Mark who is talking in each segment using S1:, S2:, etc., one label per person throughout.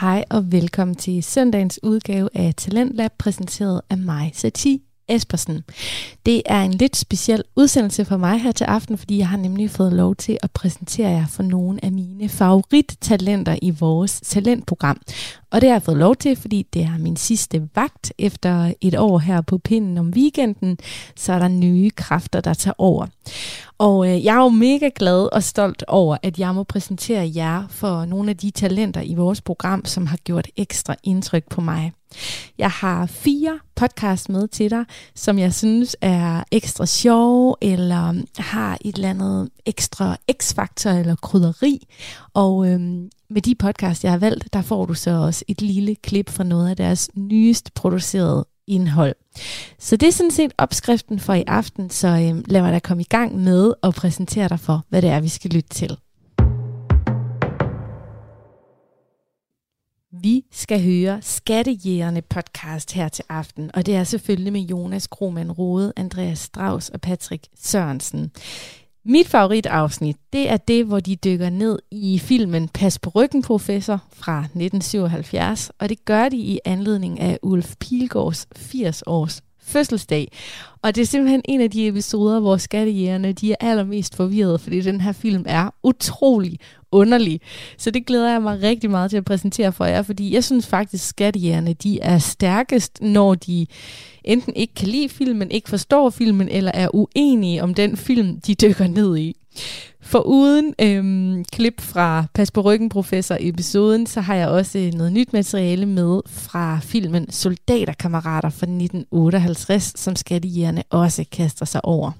S1: Hej og velkommen til søndagens udgave af Talentlab, præsenteret af mig, Sati Espersen. Det er en lidt speciel udsendelse for mig her til aften, fordi jeg har nemlig fået lov til at præsentere jer for nogle af mine favorittalenter i vores talentprogram. Og det har jeg fået lov til, fordi det er min sidste vagt efter et år her på pinden om weekenden, så er der nye kræfter, der tager over. Og øh, jeg er jo mega glad og stolt over, at jeg må præsentere jer for nogle af de talenter i vores program, som har gjort ekstra indtryk på mig. Jeg har fire podcast med til dig, som jeg synes er ekstra sjove, eller har et eller andet ekstra x-faktor eller krydderi. Og øhm, med de podcast, jeg har valgt, der får du så også et lille klip fra noget af deres nyest producerede indhold. Så det er sådan set opskriften for i aften, så øhm, lad mig da komme i gang med at præsentere dig for, hvad det er, vi skal lytte til. Vi skal høre Skattejægerne podcast her til aften, og det er selvfølgelig med Jonas Krohmann Rode, Andreas Strauss og Patrick Sørensen. Mit favoritafsnit, det er det, hvor de dykker ned i filmen Pas på ryggen, professor fra 1977, og det gør de i anledning af Ulf Pilgaards 80 års fødselsdag. Og det er simpelthen en af de episoder, hvor skattejægerne de er allermest forvirrede, fordi den her film er utrolig underlig. Så det glæder jeg mig rigtig meget til at præsentere for jer, fordi jeg synes faktisk, at skattejægerne de er stærkest, når de enten ikke kan lide filmen, ikke forstår filmen, eller er uenige om den film, de dykker ned i. For uden øhm, klip fra Pas på ryggen, professor episoden, så har jeg også øh, noget nyt materiale med fra filmen Soldaterkammerater fra 1958, som skattejægerne også kaster sig over.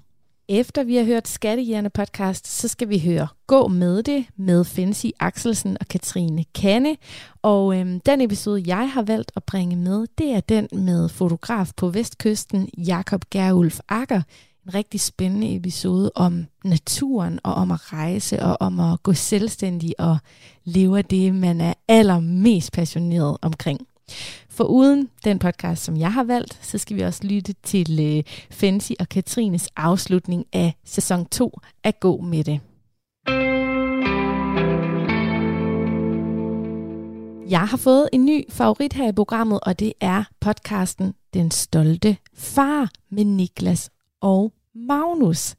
S1: Efter vi har hørt Skattejerne podcast, så skal vi høre Gå med det med Fancy Axelsen og Katrine Kanne. Og øhm, den episode, jeg har valgt at bringe med, det er den med fotograf på Vestkysten, Jakob Gerulf Akker. En rigtig spændende episode om naturen og om at rejse og om at gå selvstændig og leve af det, man er allermest passioneret omkring. For uden den podcast, som jeg har valgt, så skal vi også lytte til øh, Fancy og Katrines afslutning af sæson 2 af Gå med det. Jeg har fået en ny favorit her i programmet, og det er podcasten Den Stolte Far med Niklas og Magnus.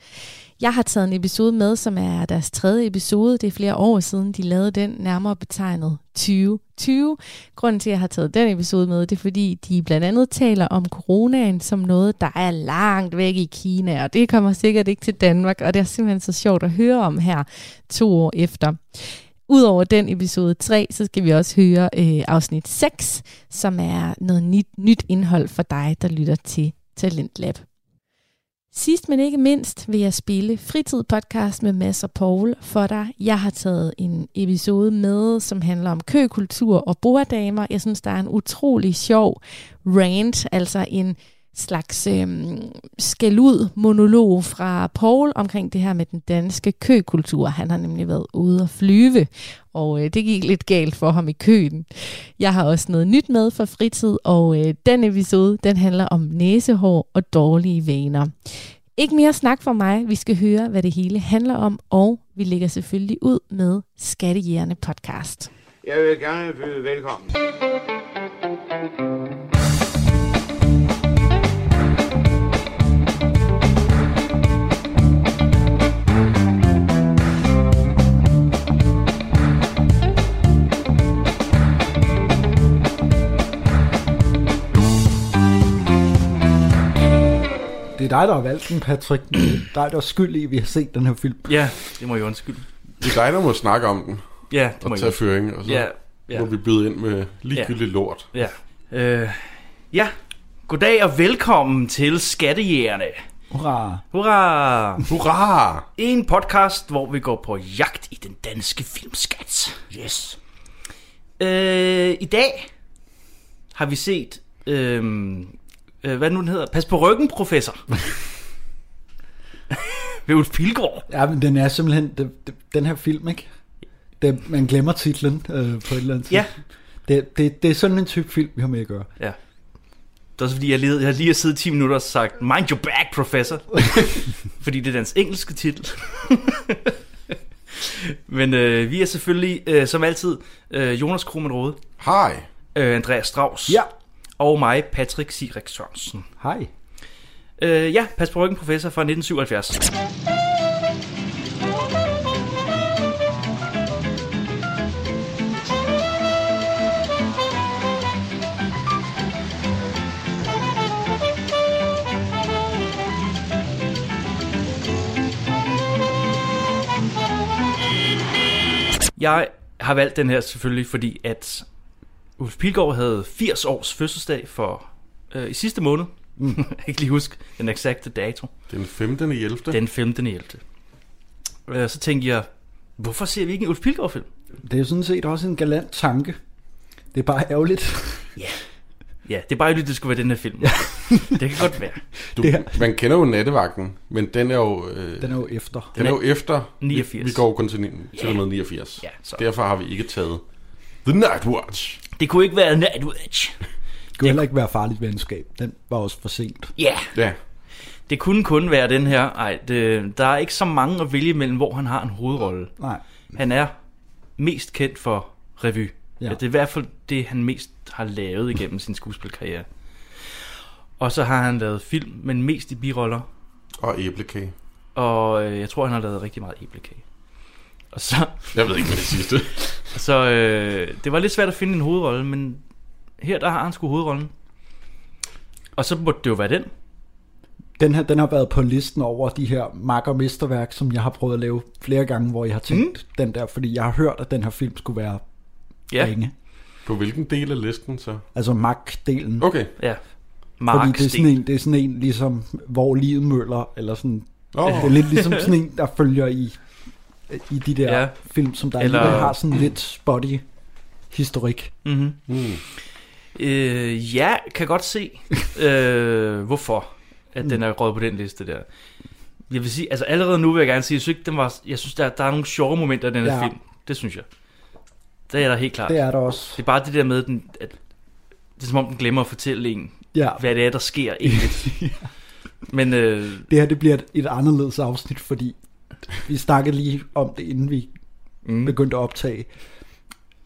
S1: Jeg har taget en episode med, som er deres tredje episode. Det er flere år siden, de lavede den, nærmere betegnet 2020. Grunden til, at jeg har taget den episode med, det er fordi, de blandt andet taler om coronaen som noget, der er langt væk i Kina, og det kommer sikkert ikke til Danmark, og det er simpelthen så sjovt at høre om her to år efter. Udover den episode 3, så skal vi også høre øh, afsnit 6, som er noget nyt, nyt indhold for dig, der lytter til Talentlab. Sidst men ikke mindst vil jeg spille Fritid podcast med Mads og Paul for dig. Jeg har taget en episode med, som handler om køkultur og borddamer. Jeg synes, der er en utrolig sjov rant, altså en slags øhm, ud monolog fra Paul omkring det her med den danske køkultur. Han har nemlig været ude at flyve, og øh, det gik lidt galt for ham i køen. Jeg har også noget nyt med fra fritid, og øh, den episode den handler om næsehår og dårlige vaner. Ikke mere snak for mig. Vi skal høre, hvad det hele handler om, og vi lægger selvfølgelig ud med Skattejægerne podcast.
S2: Jeg vil gerne byde velkommen.
S3: Det er dig, der har valgt den, Patrick. Det er dig, der er skyld i, at vi har set den her film.
S4: Ja, det må jeg undskylde.
S5: Det er dig, der må snakke om den
S4: Ja, det må
S5: og
S4: jeg
S5: tage
S4: undskylde.
S5: føringen, og så
S4: Ja,
S5: ja.
S4: ja,
S5: må vi byde ind med ligegyldigt ja. lort.
S4: ja. Øh, ja, goddag og velkommen til Skattejægerne.
S3: Hurra.
S4: Hurra!
S5: Hurra!
S4: En podcast, hvor vi går på jagt i den danske filmskat. Yes. Øh, I dag har vi set... Øh, øh, hvad er det nu den hedder? Pas på ryggen, professor. Ved Ulf Pilgaard.
S3: Ja, men den er simpelthen... Det, det, den her film, ikke? Det, man glemmer titlen øh, på et eller andet
S4: Ja.
S3: tidspunkt. Det, det, det er sådan en type film, vi har med at gøre.
S4: Ja. Det er også fordi, jeg lige, jeg lige har siddet 10 minutter og sagt, Mind your bag, professor. fordi det er dens engelske titel. Men øh, vi er selvfølgelig, øh, som altid, øh, Jonas Krohmann Rode,
S5: Hej.
S4: øh, Andreas Strauss
S3: Ja.
S4: og mig, Patrick Sirik Sørensen.
S3: Hej.
S4: Øh, ja, Pas på ryggen, professor fra 1977. Jeg har valgt den her selvfølgelig, fordi at Ulf Pilgaard havde 80 års fødselsdag for øh, i sidste måned. Mm. jeg kan ikke lige huske den eksakte dato.
S5: Den 15. 11.
S4: Den 15. 11. Øh, så tænkte jeg, hvorfor ser vi ikke en Ulf Pilgaard-film?
S3: Det er jo sådan set også en galant tanke. Det er bare ærgerligt.
S4: Ja, det er bare ærgerligt, det skulle være den her film. det kan godt være.
S5: Du,
S3: Det er-
S5: man kender jo nattevagten, men den er jo, øh,
S3: Den er jo efter.
S5: den er jo efter...
S4: 89.
S5: Vi, vi går jo kun til, ni- til og med 89.
S4: Ja, så.
S5: Derfor har vi ikke taget The Night Watch.
S4: Det kunne ikke være Night Witch.
S3: Det kunne heller ikke være farligt venskab. Den var også for sent.
S4: Ja,
S5: Ja,
S4: det kunne kun være den her. Ej, det, der er ikke så mange at vælge mellem, hvor han har en hovedrolle.
S3: Nej.
S4: Han er mest kendt for revy. Ja.
S3: Ja.
S4: Det er i hvert fald det, han mest har lavet igennem sin skuespilkarriere. Og så har han lavet film, men mest i biroller.
S5: og æblekage.
S4: Og øh, jeg tror, han har lavet rigtig meget æblekage. Og så,
S5: Jeg ved ikke, hvad det sidste.
S4: så øh, det var lidt svært at finde en hovedrolle, men her der har han sgu hovedrollen. Og så burde det jo være den.
S3: Den her, den har været på listen over de her mark- og mesterværk, som jeg har prøvet at lave flere gange, hvor jeg har tænkt mm. den der, fordi jeg har hørt, at den her film skulle være ja. ringe.
S5: På hvilken del af listen så?
S3: Altså magtdelen.
S5: Okay.
S4: ja.
S3: Fordi
S4: Mark
S3: det er, sådan en, det er sådan en, ligesom, hvor livet møller, eller sådan.
S5: Oh,
S3: Det er lidt ligesom sådan en, der følger i, i de der
S4: Ja.
S3: ja. film, som der
S4: Eller-
S3: eller... har sådan lidt spotty historik.
S4: Mm-hmm.
S5: mm.
S4: Øh, ja, kan godt se, øh, hvorfor at den
S3: Mm.
S4: er røget på den liste der. Jeg vil sige, altså allerede nu vil jeg gerne sige, jeg synes, ikke, den var, jeg synes der, der er nogle sjove momenter i den her ja.
S3: Ja.
S4: film. Det synes jeg. Det er der helt klart.
S3: Det
S4: Det er,
S3: er der også.
S4: det er bare det der med, den, at det er som om den glemmer at fortælle en,
S3: Ja.
S4: hvad det er, der sker egentlig. Men øh,
S3: Det her, det bliver et, et anderledes afsnit, fordi vi snakkede lige om det, inden vi
S4: mm,
S3: begyndte at optage,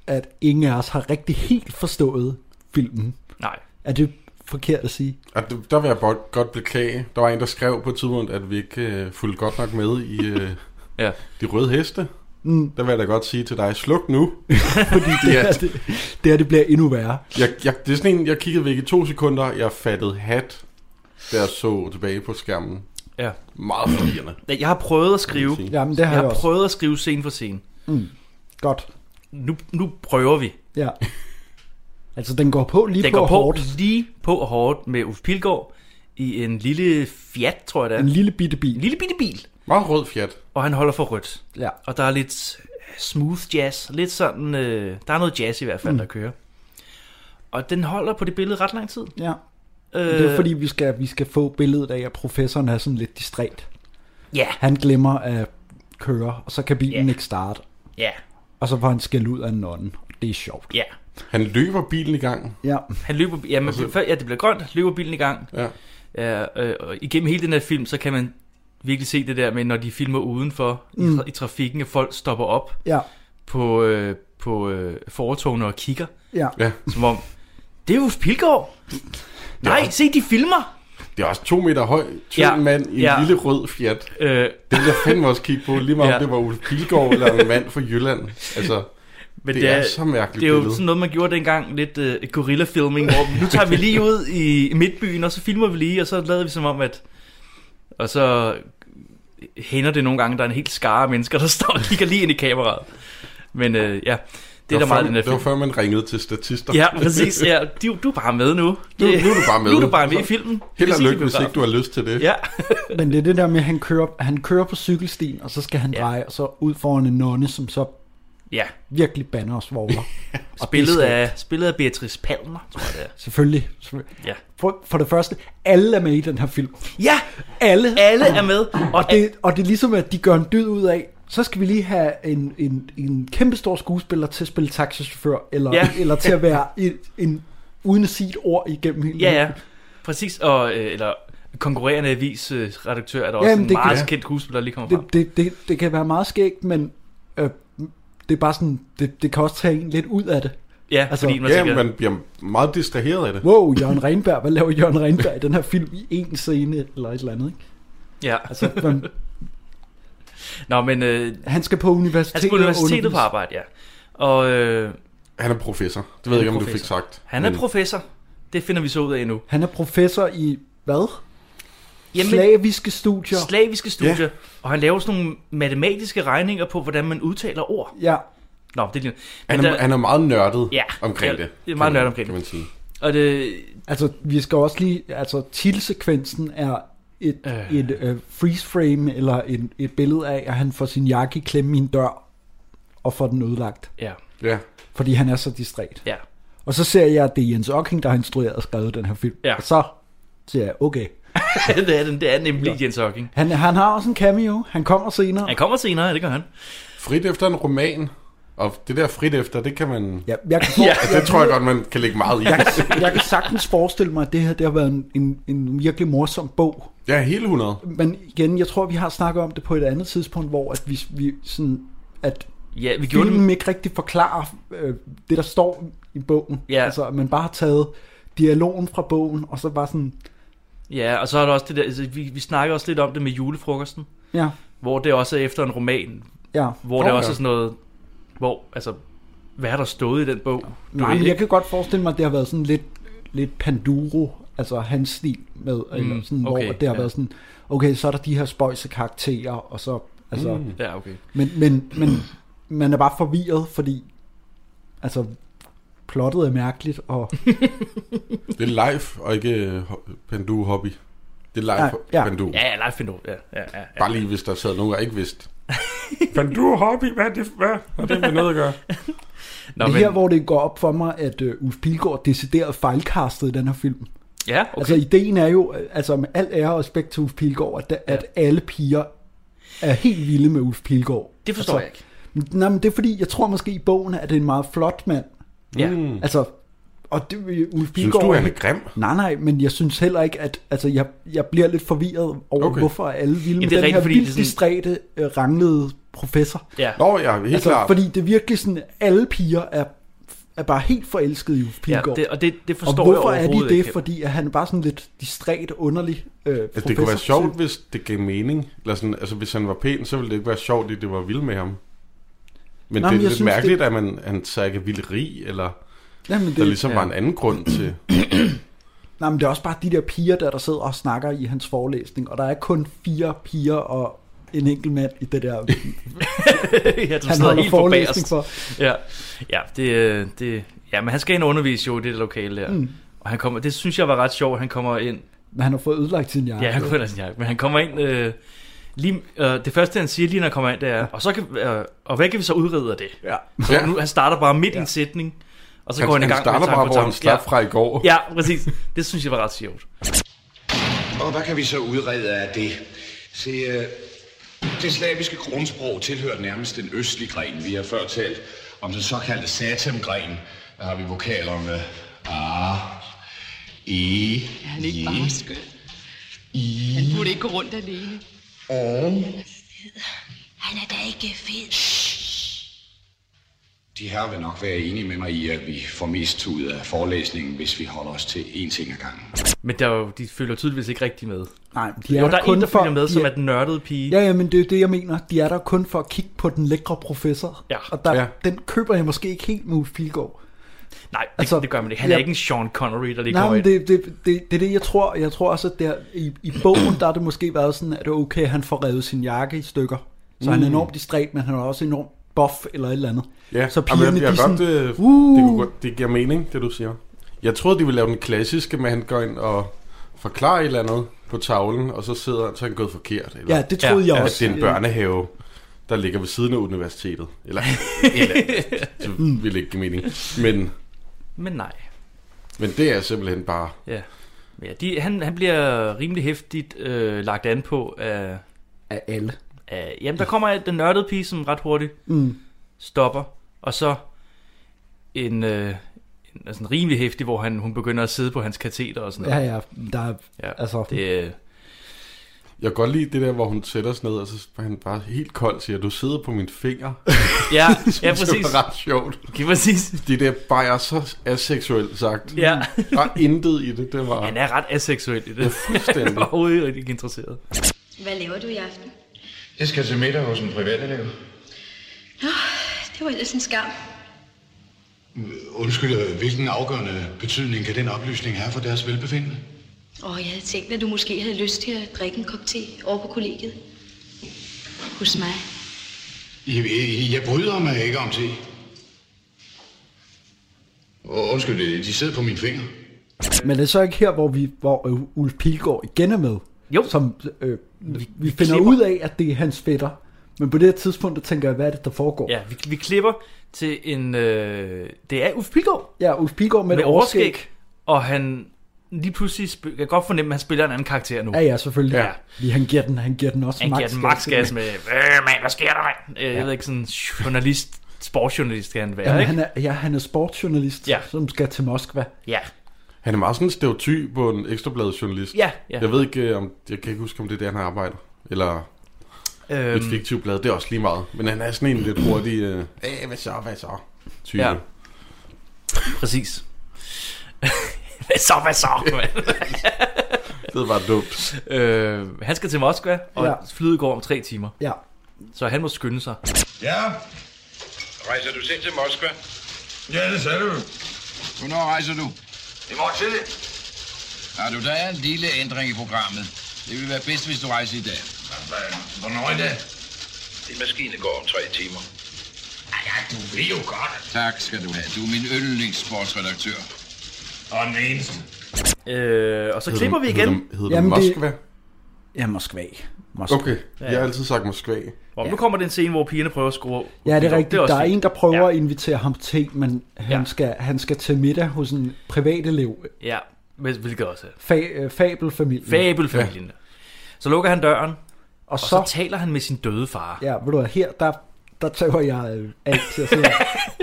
S3: at ingen af os har rigtig helt forstået filmen.
S4: nej.
S3: Er det forkert at sige?
S5: Og d- der vil jeg godt, godt beklage. Der var en, der skrev på et tidspunkt, at vi ikke øh, fulgte godt nok med i øh,
S4: Ja.
S5: de røde heste.
S3: Mm.
S5: Der vil jeg da godt sige til dig, sluk nu.
S3: Fordi det,
S5: Ja.
S3: her, det, det her, det bliver endnu værre.
S5: Jeg, jeg, det er sådan en, jeg kiggede væk i to sekunder. Jeg fattede hat, da jeg så tilbage på skærmen.
S4: Ja.
S5: Meget forvirrende. kan
S4: Jeg har prøvet at
S5: man
S4: skrive.
S5: sige.
S3: Jamen, det har
S4: Jeg
S3: jeg,
S4: har
S3: også. Prøvet...
S4: prøvet at skrive scene for scene.
S3: Mm. Godt.
S4: Nu, nu prøver vi.
S3: Ja. Altså, den går på lige
S4: Den
S3: på
S4: går på
S3: hårdt.
S4: lige på hårdt med Uffe Pilgaard i en lille Fiat, tror jeg det er.
S3: En lille bitte bil.
S4: En lille bitte bil.
S5: Meget rød fjat.
S4: Og han holder for rødt.
S3: Ja.
S4: Og der er lidt øh, smooth jazz. Lidt sådan... Øh, der er noget jazz i hvert fald, mm. der kører. Og den holder på det billede ret lang tid.
S3: ja.
S4: Øh,
S3: Det er fordi, vi skal, vi skal få billedet af, at professoren er sådan lidt distræt.
S4: Øh, Ja,
S3: Han glemmer at køre, og så kan bilen
S4: Ja.
S3: ja. ikke starte.
S4: ja,
S3: Og så får han skæld ud af en nonne. Det er sjovt.
S4: ja.
S5: Han løber bilen i gang.
S3: Ja.
S4: Han løber... Ja, men, altså, ja, det bliver grønt. Løber bilen i gang.
S5: Ja.
S4: Ja, øh, og igennem hele den her film, så kan man virkelig se det der med, når de filmer udenfor mm. i, tra- i trafikken, at folk stopper op
S3: Ja.
S4: på, øh, på øh, fortogene og kigger,
S3: Ja.
S5: ja.
S4: som om, det er jo Pilgaard. Nej, se, de filmer.
S5: Det er også to meter høj, tynd
S4: Ja.
S5: ja. mand i en
S4: Ja.
S5: ja. lille rød fjat.
S4: Øh,
S5: Det vil jeg fandme også kigge på, lige meget
S4: Ja.
S5: ja. om det var Ulf Pilgaard eller en mand fra Jylland. Altså,
S4: men
S5: Det er så mærkeligt
S4: Det er jo
S5: billede.
S4: sådan noget, man gjorde dengang, lidt øh, gorilla-filming, hvor nu tager vi lige ud i midtbyen, og så filmer vi lige, og så lader vi som om, at... Og så hænder det nogle gange, der er en helt skare af mennesker, der står og kigger lige ind i kameraet. Men øh, ja, det er der meget
S5: var
S4: i
S5: før,
S4: den her
S5: Det
S4: film.
S5: var før, man ringede til statister.
S4: Ja, præcis. Ja. Du, du er bare med nu.
S5: Nu- nu er du bare med.
S4: Nu er du bare med i filmen.
S5: Held og
S4: Præcis,
S5: lykke, hvis
S4: det er
S5: ikke du har lyst til det.
S4: Ja,
S3: Men det er det der med, at han kører, han kører på cykelstien, og så skal han
S4: Ja.
S3: ja. dreje, og så ud foran en nonne, som så
S4: ja.
S3: virkelig bander og svogler. Og
S4: Spillet
S3: det er
S4: af, spillet af Beatrice Palmer, tror jeg det er.
S3: Selvfølgelig. selvfølgelig.
S4: Ja.
S3: For, for det første, alle er med i den her film.
S4: Ja,
S3: Alle.
S4: alle er med. Og
S3: Og det, og det er ligesom, at de gør en dyd ud af, så skal vi lige have en, en, en kæmpe stor skuespiller til at spille taxichauffør, eller,
S4: Ja.
S3: ja. eller til at være en, en, uden at sige et ord igennem hele
S4: Ja, ja. Præcis. Og, øh, eller konkurrerende avis øh, redaktør er der også
S3: Jamen,
S4: en
S3: det
S4: meget
S3: kan-
S4: kendt skuespiller, der lige kommer frem.
S3: Det, det, det, det kan være meget skægt, men Øh, det er bare sådan, det, det kan også tage en lidt ud af det.
S4: Ja,
S3: Altså,
S4: altså, fordi man
S5: Ja,
S4: tænker,
S5: man bliver meget distraheret af det.
S3: Wow, Jørgen Renberg, hvad laver Jørgen Renberg i den her film i en scene eller et eller andet? Ikke?
S4: ja.
S3: Altså, man,
S4: Nå, men øh,
S3: han skal på universitetet.
S4: han skal på universitetet på
S3: undervise.
S4: arbejde, ja. Og øh,
S5: Han er professor. Det
S4: Han
S5: ved
S4: er
S5: jeg ikke, om du fik
S4: professor.
S5: sagt.
S4: han er
S5: Men
S4: professor. Det finder vi så ud af endnu.
S3: Han er professor i hvad? Jamen,
S4: Jamen-
S3: Slaviske studier.
S4: Slaviske studier, ja. og han laver sådan nogle matematiske regninger på, hvordan man udtaler ord.
S3: ja,
S4: Nå, det er lige...
S5: han, er, han er meget nørdet
S4: Ja,
S5: omkring
S4: ja,
S5: det.
S4: det er meget
S5: kan man-
S4: nørdet omkring
S5: kan man sige.
S4: Og det,
S3: altså vi skal også lige, altså titelsekvensen er et, øh. et øh, freeze frame eller en, et billede af, at han får sin jakke i klemme i en dør og får den ødelagt,
S4: ja,
S5: Ja.
S3: fordi han er så distræt.
S4: ja.
S3: Og så ser jeg, at det er Jens Ocking, der har instrueret og skrevet den her film.
S4: Ja.
S3: Og så siger jeg, okay.
S4: det, er, den- det er nemlig ja. Jens Hocking.
S3: Han, han har også en cameo, han kommer senere.
S4: Han kommer senere, det gør han.
S5: Frit efter en roman. Og det der frit efter, det kan man...
S3: Ja, jeg, kan for,
S4: Ja,
S5: Det tror jeg godt, man kan lægge meget i.
S3: jeg, jeg kan sagtens forestille mig, at det her det har været en, en, en virkelig morsom bog.
S5: Ja, hele 100.
S3: Men igen, jeg tror, vi har snakket om det på et andet tidspunkt, hvor at vi, vi sådan, at
S4: Ja, vi gjorde
S3: filmen
S4: den...
S3: ikke rigtig forklarer øh, det, der står i bogen.
S4: Ja.
S3: Altså, at man bare har taget dialogen fra bogen, og så bare sådan,
S4: Ja, og så er der også det der... Altså, vi, vi snakker også lidt om det med julefrokosten,
S3: ja,
S4: hvor det også er efter en roman,
S3: ja.
S4: hvor okay.
S5: Nå,
S4: det også
S5: ja.
S4: er sådan noget... Hvor, altså, hvad har der stået i den bog? Du
S3: Nej,
S4: ved
S3: men
S4: ikke.
S3: jeg kan godt forestille mig, at det har været sådan lidt, lidt panduro, altså hans stil med, mm, eller sådan, okay,
S4: okay,
S3: hvor det har
S4: ja.
S3: været sådan, okay, så er der de her spøjse karakterer, og så, altså, mm.
S4: Ja, okay.
S3: men, men, men man er bare forvirret, fordi, altså, plottet er mærkeligt, og
S5: Det er live, og ikke øh, ho- Pandu-hobby. Det er live
S3: Nej, ja.
S5: Pandu.
S4: Ja, ja, Leif Pinot. Ja, ja, ja. ja.
S5: Bare lige, hvis der sad nogen, der ikke vidste. Pandu-hobby, hvad er det? Hvad har det med noget at gøre?
S4: Nå,
S3: det er her, hvor det går op for mig, at uh, Ulf Pilgaard decideret fejlkastede den her film.
S4: Ja, okay.
S3: Okay. Altså, ideen er jo, øh, altså med al ære og respekt til Ulf Pilgaard, at, at alle piger er helt vilde med Ulf Pilgaard.
S4: det
S3: altså,
S4: forstår jeg ikke.
S3: Men- Nej, men det er fordi, jeg tror måske i bogen, at det er en meget flot mand.
S4: Ja.
S5: Mm.
S3: Altså, og det vil Ulf
S5: Synes
S3: Pilgaard...
S5: du, han er grim?
S3: Nej, nej, men jeg synes heller ikke, at altså, jeg, jeg bliver lidt forvirret over, okay.
S5: Okay.
S3: hvorfor alle vilde med
S4: det er
S3: den
S4: rigtigt,
S3: her
S4: fordi
S3: vildt
S4: det er sådan-
S3: distræte, øh, ranglede professor.
S4: Ja.
S5: Nå ja, helt
S3: Altså,
S5: klart.
S3: fordi det er virkelig sådan, alle piger er, er bare helt forelskede i Ulf
S4: ja
S3: Pilgaard.
S4: det, og det, det
S3: og
S4: forstår jeg
S3: hvorfor er
S4: overhovedet
S3: de det?
S4: ikke.
S3: Fordi at han er bare sådan lidt distræt, underlig øh,
S5: Altså, det kunne være
S3: professor.
S5: sjovt, hvis det gav mening. Eller sådan, altså, hvis han var pæn, så ville det ikke være sjovt, at det var vild med ham. Men
S3: Nå, men
S5: Nå, det er
S3: jeg
S5: lidt
S3: synes,
S5: mærkeligt, det... at man, han så ikke er vildt rig, eller
S3: Jamen,
S5: der
S3: det,
S5: ligesom var en anden grund til...
S3: nej, men det er også bare de der piger, der, der sidder og snakker i hans forelæsning, og der er kun fire piger og en enkelt mand i det der,
S4: ja, den
S3: han
S4: sidder
S3: holder
S4: helt på
S3: forelæsning
S4: bagerst.
S3: for.
S4: Ja, ja, det, øh, det, ja, men han skal ind og undervise jo i det der lokale der. Mm. Og han kommer, det synes jeg var ret sjovt, han kommer ind.
S3: Men han har fået ødelagt sin jakke.
S4: Ja, han kommer ind, sin jakke, men han kommer ind... Øh, lige, øh, det første, han siger lige, når han kommer ind, det er, ja. og, så kan, øh, og hvad kan vi så udrede af det?
S3: Ja.
S4: Så
S5: Ja.
S4: nu, han starter bare midt ja. i en sætning, og så
S5: Han,
S4: går han i
S5: han,
S4: gang
S5: starter
S4: med
S5: bare, hvor han
S4: tankefortampen.
S5: slap fra i går.
S4: ja. ja, præcis. Det synes jeg var ret sjovt.
S6: Og hvad kan vi så udrede af det? Se, øh, det slaviske grundsprog tilhører nærmest den østlige gren. Vi har før talt om den såkaldte satemgren. Der har vi vokalerne a, e,
S7: Han er ikke bare skøn.
S6: i,
S7: Han burde ikke gå rundt alene.
S6: og...
S8: Han er da ikke fed.
S6: De her vil nok være enige med mig i, at vi får mest ud af forelæsningen, hvis vi holder os til én ting ad gangen.
S4: Men der, er jo- de følger tydeligvis ikke rigtig med.
S3: Nej, de er
S4: Jo, der er
S3: kun
S4: en, der
S3: for,
S4: følger med, som
S3: de,
S4: er den nørdede pige.
S3: Ja, ja, men det er jo det, jeg mener. De er der kun for at kigge på den lækre professor.
S4: Ja.
S3: Og der,
S5: Ja.
S3: den køber jeg måske ikke helt med Ulf Pilgaard.
S4: Nej, det,
S3: Altså,
S4: altså, det gør man ikke. Han
S3: ja.
S4: er ikke en Sean Connery, der lige
S3: Nej,
S4: kommer
S3: men
S4: ind.
S3: det, det, det, det er det, jeg tror. Jeg tror også, at der, i, i bogen, der har det måske været sådan, at det er okay, at han får revet sin jakke i stykker. Så mm. han er enormt distræt, men han er også enormt buff eller et eller andet.
S5: Ja,
S3: så
S5: jamen,
S3: pigerne,
S5: jeg, jeg
S3: de
S5: godt, øh,
S3: sådan,
S5: det, det, kunne, godt- det giver mening, det du siger. Jeg troede, de ville lave den klassiske, med at han går ind og forklarer et eller andet på tavlen, og så sidder så er han gået forkert. Eller,
S3: ja, det troede
S4: Ja,
S3: jeg
S5: at
S3: også.
S5: det er en børnehave, der ligger ved siden af universitetet. Eller, eller det ville ikke give mening. Men,
S4: Men nej.
S5: men det er simpelthen bare...
S4: Ja. ja de, han, han bliver rimelig hæftigt øh, lagt an på af,
S3: Af alle.
S4: af... Jamen, der kommer den nørdede pige, som ret hurtigt
S3: Mm.
S4: stopper. Og så en, øh, en altså en rimelig hæftig, hvor han, hun begynder at sidde på hans kateter og sådan
S3: Ja,
S4: noget.
S3: ja, der er,
S4: Ja,
S3: altså,
S4: Det, øh,
S5: Jeg kan godt lide det der, hvor hun sætter sig ned, og så er han bare helt kold siger, du sidder på min finger.
S4: Ja, ja
S5: Det
S4: præcis.
S5: var ret sjovt.
S4: Ja, præcis.
S5: Det der bare er så aseksuelt sagt.
S4: Ja.
S5: Der er intet i det, det var
S4: Han er ret aseksuel i det.
S5: fuldstændig.
S4: Han er overhovedet ikke interesseret.
S8: Hvad laver du i aften?
S6: Jeg skal til middag hos en privatelev.
S8: Nå, det var ellers en skam.
S6: Undskyld, øh, hvilken afgørende betydning kan den oplysning have for deres velbefindende?
S8: Og jeg havde tænkt, at du måske havde lyst til at drikke en kop te over på kollegiet. Hos mig.
S6: Jeg, jeg, jeg bryder mig ikke om te. Og undskyld, øh, de sidder på mine fingre.
S3: Men det er så ikke her, hvor, vi, hvor øh, Ulf Pilgaard igen er med.
S4: Jo.
S3: Som øh, vi, vi finder
S4: klipper.
S3: ud af, at det er hans fætter. Men på det her tidspunkt, der tænker jeg, hvad er det, der foregår?
S4: Ja, vi, vi klipper til en... Øh, det er Uffe Pilgaard
S3: ja Ulf Pilgaard med,
S4: med
S3: et overskæg.
S4: overskæg, og han lige pludselig... Sp- jeg kan godt fornemme, at han spiller en anden karakter nu.
S3: Ja, ja, selvfølgelig.
S4: Ja.
S3: Fordi han giver den, han giver den også
S4: Han
S3: max
S4: giver den max gas med, øh, mand, hvad sker der, mand? Øh, Jeg ved ikke, sådan journalist, sportsjournalist skal han være,
S3: Jamen,
S4: ikke?
S3: han er, ja, han er sportsjournalist,
S4: Ja.
S3: som skal til Moskva.
S4: Ja,
S5: Han er meget sådan en stereotyp på en ekstrabladet journalist.
S4: ja, ja.
S5: Jeg ved ikke, øh, om, jeg kan ikke huske, om det er der, han arbejder. Eller
S4: øhm,
S5: et fiktivt blad, det er også lige meget. Men han er sådan en lidt hurtig, øh, "Æh, hvad så, hvad så, type.
S4: Ja. Præcis. hvad så, hvad så? mand?
S5: Det var dumt.
S4: øh, han skal til Moskva, og
S3: Ja.
S4: ja. flyet går om tre timer,
S3: Ja.
S4: så han må skynde sig.
S6: Ja,
S2: Rejser du selv til Moskva?
S6: ja det sagde du. Hvornår rejser du?
S2: I morgen tidlig.
S6: Har du, der er en lille ændring i programmet. Det ville være bedst, hvis du rejser i dag.
S2: Hvornår i dag? Din maskine går om tre timer. Ej, ja, du ved jo godt.
S6: Tak skal du have. Du er min yndlingssportsredaktør.
S2: Og den eneste.
S4: Øh, og så klipper vi
S5: Hedder
S4: igen.
S5: det- Hedder det
S3: Jamen, det-
S5: Moskva?
S3: Ja, Moskva. Moskva.
S5: Okay, jeg har altid sagt Moskva.
S4: Og nu kommer den scene, hvor pigerne prøver at skrue op.
S3: Ja, det er rigtigt.
S4: også
S3: der er
S4: fint.
S3: en, der prøver
S4: Ja.
S3: ja. at invitere ham til, te, men han,
S4: Ja.
S3: ja. skal, han skal til middag hos en privatelev,
S4: Ja, men- hvilket også er
S3: fa- øh, fabelfamilie.
S4: fabelfamilien. Ja. Så lukker han døren,
S3: og
S4: og
S3: så,
S4: så taler han med sin døde far.
S3: ja, ved du hvad, her, der, der tøver jeg øh, alt til at sige,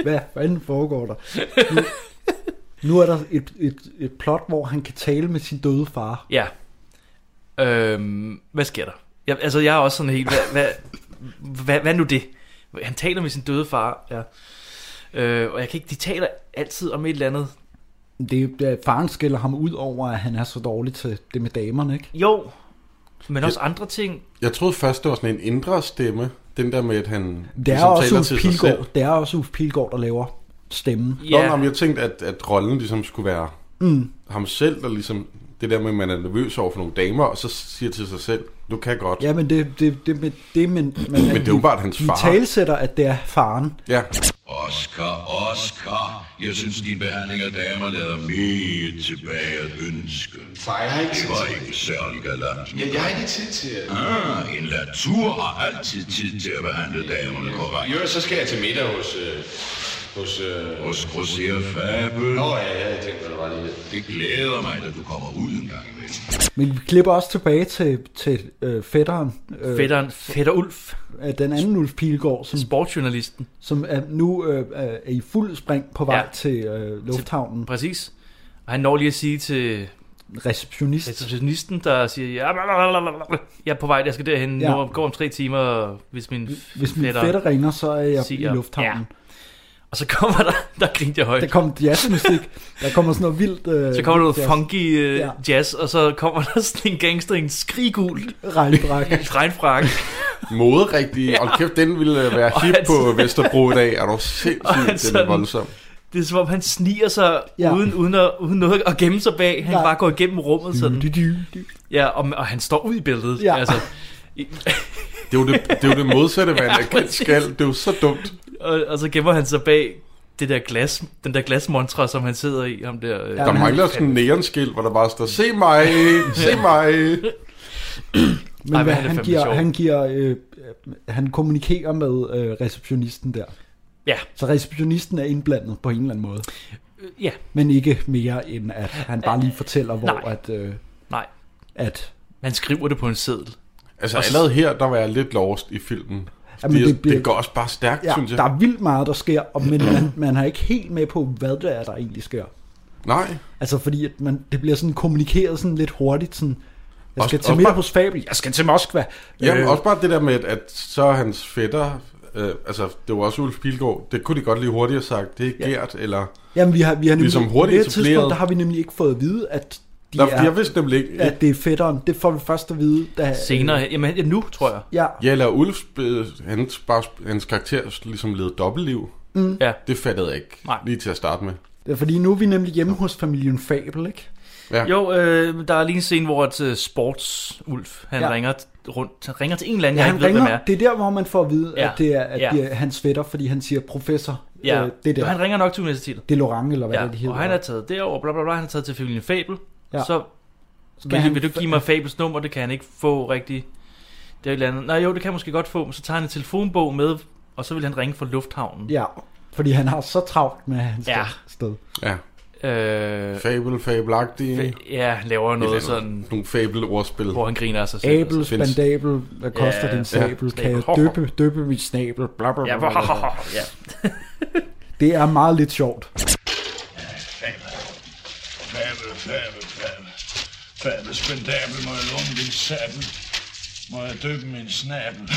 S3: hvad fanden foregår der? Nu, nu er der et, et, et plot, hvor han kan tale med sin døde far.
S4: Ja. Øhm, hvad sker der? Jeg, altså, jeg er også sådan helt... Hvad, hvad, hvad, hvad nu det? Han taler med sin døde far, ja. Øh, og jeg kan ikke... De taler altid om et eller andet.
S3: Det, det, faren skælder ham ud over, at han er så dårlig til det med damerne, ikke?
S4: Jo, men også andre ting.
S5: Jeg troede først, det var sådan en indre stemme. Den der med, at han ligesom
S3: Det er, også Ulf Pilgaard, det er også Ulf Pilgaard, der laver stemmen.
S5: Ja. Nå, nå, men jeg tænkte, at, at rollen ligesom skulle være mm. ham selv, og ligesom det der med, at man er nervøs over for nogle damer, og så siger til sig selv, du kan godt.
S3: Ja, men det, det, det, det, det men, men, men
S5: det er jo bare hans far.
S3: De talsætter, at det er faren.
S5: ja.
S6: Oscar, Oscar, jeg synes, din behandling af damer lader mere tilbage at ønske.
S2: Far, jeg har ikke
S6: Det var ikke særlig galant.
S2: Jeg, jeg har ikke tid til det.
S6: Ah, en natur har altid tid til at behandle damerne korrekt.
S2: Jo, så skal jeg til middag hos... Øh, hos... Øh...
S6: Hos grosser Fabel.
S2: Nå, ja, ja, jeg tænkte, hvad det var lige.
S6: Det glæder mig, at du kommer ud en gang imellem.
S3: Men vi klipper også tilbage til, til øh, fætteren. Øh, Mm.
S4: Fætteren, fætter Ulf,
S3: af Den anden Ulf Pilgaard, som,
S4: sportsjournalisten.
S3: som er nu øh, er er i fuld spring på vej
S4: Ja.
S3: ja. til øh, lufthavnen.
S4: Præcis. Og han når lige at sige til
S3: Receptionist.
S4: receptionisten, der siger, ja, blablabla, jeg er på vej, jeg skal derhen,
S3: Ja.
S4: ja. nu går om tre timer, hvis min,
S3: Hvis min fætter ringer, så er jeg
S4: siger-
S3: i lufthavnen.
S4: Og så kommer der, der grinte jeg højt.
S3: Der kommer jazzmusik. der kommer sådan noget vildt... Øh,
S4: Så kommer der noget
S3: jazz-
S4: funky øh,
S3: Ja.
S4: jazz, og så kommer der sådan en gangster i en skriggul
S3: regndragt.
S4: regnfrakke.
S5: Mode rigtig. Ja. Og kæft, den ville øh, være
S4: Og
S5: hip
S4: han-
S5: på Vesterbro i dag. Er du
S4: Og han
S5: sindssygt, den er
S4: sådan-
S5: voldsom.
S4: Det er som om, han sniger sig ja.
S3: Ja.
S4: uden, uden, at, uden noget at gemme sig bag. Han
S3: Nej.
S4: bare går igennem rummet sådan.
S3: Du-du-du.
S4: Ja, og, og han står ud i billedet.
S3: Ja.
S4: Altså,
S5: Det er jo det, det, er jo det modsatte, hvad
S4: Ja,
S5: en agent
S4: præcis.
S5: skal. Det er jo så dumt.
S4: og, og så gemmer han sig bag det der glas, den der glasmontre, som han sidder i. Ham der, øh.
S3: Ja.
S5: Der mangler sådan en neonskilt, hvor der bare står, se mig, se mig.
S3: Men
S4: Ej,
S3: Ej,
S4: men
S3: hvad,
S4: han er
S3: han,
S4: fandme
S3: giver,
S4: sjov.
S3: han giver, øh, øh, han kommunikerer med øh, receptionisten der.
S4: ja.
S3: Så receptionisten er indblandet på en eller anden måde.
S4: ja,
S3: Men ikke mere end, at han bare lige fortæller, hvor
S4: Nej.
S3: at, øh,
S4: nej.
S3: at
S4: Han skriver det på en seddel.
S5: Altså
S4: Og s-
S5: allerede her, der var jeg lidt lost i filmen.
S3: Jamen,
S5: det, det,
S3: det bliver-
S5: det går også bare stærkt,
S3: ja,
S5: synes jeg.
S3: der er vildt meget, der sker, og, men man, man har ikke helt med på, hvad det er, der egentlig sker.
S5: Nej.
S3: Altså fordi, at man, det bliver sådan kommunikeret sådan lidt hurtigt, sådan, Jeg skal
S5: Også-
S3: til
S5: også
S3: middag
S5: bare-
S3: hos Fabel. Jeg skal til Moskva.
S5: Jamen,
S3: Øh,
S5: øh. også bare det der med, at så er hans fætter, øh, altså det var også Ulf Pilgaard, det kunne de godt lige hurtigere sagt, det er ja. Gert, eller...
S3: Jamen, vi har, vi har nemlig,
S5: Ligesom hurtigt
S3: på det her tidspunkt,
S5: etableret.
S3: der har vi nemlig ikke fået at vide, at de
S5: Ja.
S3: er,
S5: Jeg vidste nemlig ikke,
S3: at det er fætteren. Det får vi først at vide, da...
S4: Senere
S3: Øh.
S4: hen. Jamen ja, nu, tror jeg.
S3: Ja,
S5: Ja, eller Ulfs, øh, hans, bare, hans karakter ligesom levede dobbeltliv.
S4: Ja.
S5: Det fattede jeg ikke
S4: Nej.
S5: lige til at starte med.
S3: det er fordi nu er vi nemlig hjemme hos familien Fabel, ikke?
S5: Ja.
S4: Jo, øh, der er lige en scene, hvor et uh, sports-Ulf, han
S3: Ja.
S4: ja. ringer t- rundt. Han ringer til en eller anden,
S3: Ja,
S4: jeg
S3: han
S4: ikke ved, hvem er.
S3: ringer, det er der, hvor man får at vide,
S4: Ja.
S3: at det er, at
S4: Ja.
S3: det er hans fætter, fordi han siger, professor,
S4: Ja,
S3: øh, det
S4: Og han
S3: der,
S4: ringer nok til universitetet.
S3: det er Lorange, eller hvad
S4: Ja,
S3: det hedder.
S4: og han er taget derover, bla bla bla, han er taget til familien Fabel.
S3: Ja.
S4: Ja. Så
S3: Men
S4: skal han,
S3: han-
S4: vil du give mig Fabels nummer, det kan han ikke få rigtigt. Det er et eller andet. Nej, jo, det kan han måske godt få, men så tager han en telefonbog med, og så vil han ringe fra lufthavnen.
S3: Ja, fordi han har så travlt med hans
S4: Ja.
S3: sted.
S5: Ja.
S4: øh,
S5: Fabel, fabelagtige. Fa-
S4: fa- ja han laver noget sådan,
S5: Nogle fabel-ordspil.
S4: hvor han griner af sig selv. altså.
S3: Abel,
S5: altså, findes-
S3: spandabel, hvad koster
S4: Ja,
S3: din sabel,
S4: snabel.
S3: kan jeg døbe, døbe mit snabel, bla bla
S4: Ja,
S3: bla. bla, bla.
S4: ja.
S3: Det er meget lidt sjovt.
S2: Fabel, fabel, fabel. Fabel, spændabel, må jeg låne din sabel. Må jeg døbe min snabel.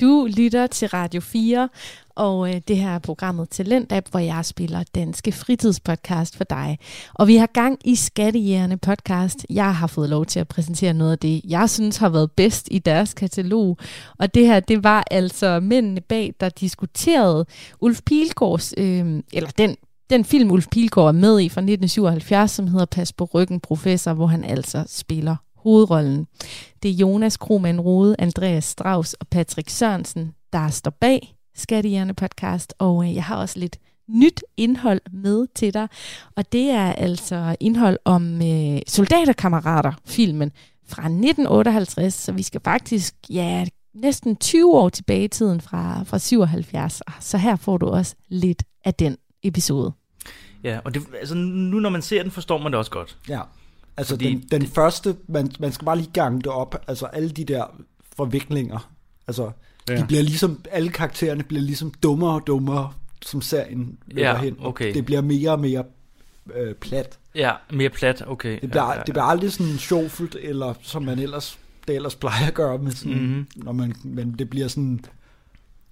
S1: Du lytter til Radio 4, og øh, det her er programmet Talent App, hvor jeg spiller danske fritidspodcast for dig. Og vi har gang i Skattejægerne podcast. Jeg har fået lov til at præsentere noget af det, jeg synes har været bedst i deres katalog. Og det her, det var altså mændene bag, der diskuterede Ulf Pilgaards, øh, eller den den film, Ulf Pilgaard er med i fra 1977, som hedder Pas på ryggen, professor, hvor han altså spiller hovedrollen. Det er Jonas Krohmann Rode, Andreas Strauss og Patrick Sørensen, der står bag Skattejerne podcast, og øh, jeg har også lidt nyt indhold med til dig, og det er altså indhold om øh, Soldaterkammerater-filmen fra 1958, så vi skal faktisk, ja, næsten 20 år tilbage i tiden fra, fra 77, så her får du også lidt af den episode.
S4: ja, og det, altså, nu når man ser den, forstår man det også godt.
S3: Ja, altså
S4: Fordi
S3: den, den første, man, man skal bare lige gange det op, altså alle de der forviklinger, altså ja. de bliver ligesom, alle karaktererne bliver ligesom dummere og dummere, som serien løber
S4: Ja,
S3: hen, og
S4: okay.
S3: det bliver mere og mere øh, plat.
S4: Ja, mere plat, okay.
S3: Det bliver,
S4: ja, ja, ja.
S3: det bliver aldrig sådan sjovfuldt, eller som man ellers, det ellers plejer at gøre, med sådan,
S4: Mhm.
S3: mm-hmm. når man, men det bliver sådan,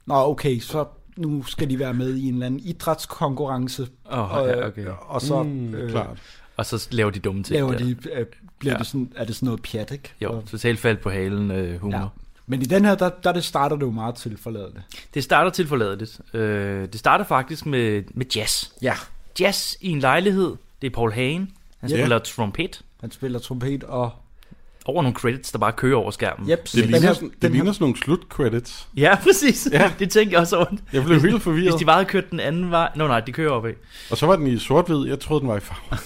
S3: nå okay, så nu skal de være med i en eller anden idrætskonkurrence,
S4: Åh,
S3: og,
S4: ja, okay.
S3: og så mm, øh,
S5: Klart.
S4: Og så laver de dumme ting.
S3: laver
S4: der.
S3: de, øh, bliver
S4: Ja.
S3: det sådan, er det sådan noget pjat, ikke?
S4: Jo,
S3: Og-
S4: totalt fald på halen øh, humor.
S3: Ja.
S4: Ja.
S3: Men i den her, der, der det starter det jo meget til forladende.
S4: Det starter tilforladeligt. Øh, det starter faktisk med, med jazz.
S3: Ja.
S4: Jazz i en lejlighed. Det er Paul Hagen. Han
S5: Ja.
S4: spiller yeah. trompet
S3: Han spiller trompet og...
S4: over nogle credits, der bare kører over skærmen.
S3: Yep,
S5: Det,
S3: den
S5: ligner,
S3: her-
S5: sådan- det
S3: den her-
S5: ligner sådan nogle slutcredits.
S4: Ja, præcis. Ja. Det tænkte jeg også over.
S5: Jeg blev helt
S4: Hvis
S5: forvirret.
S4: de bare havde kørt den anden vej... Nå nej, de kører opad.
S5: Og så var den i sort-hvid. Jeg troede, den var i farve.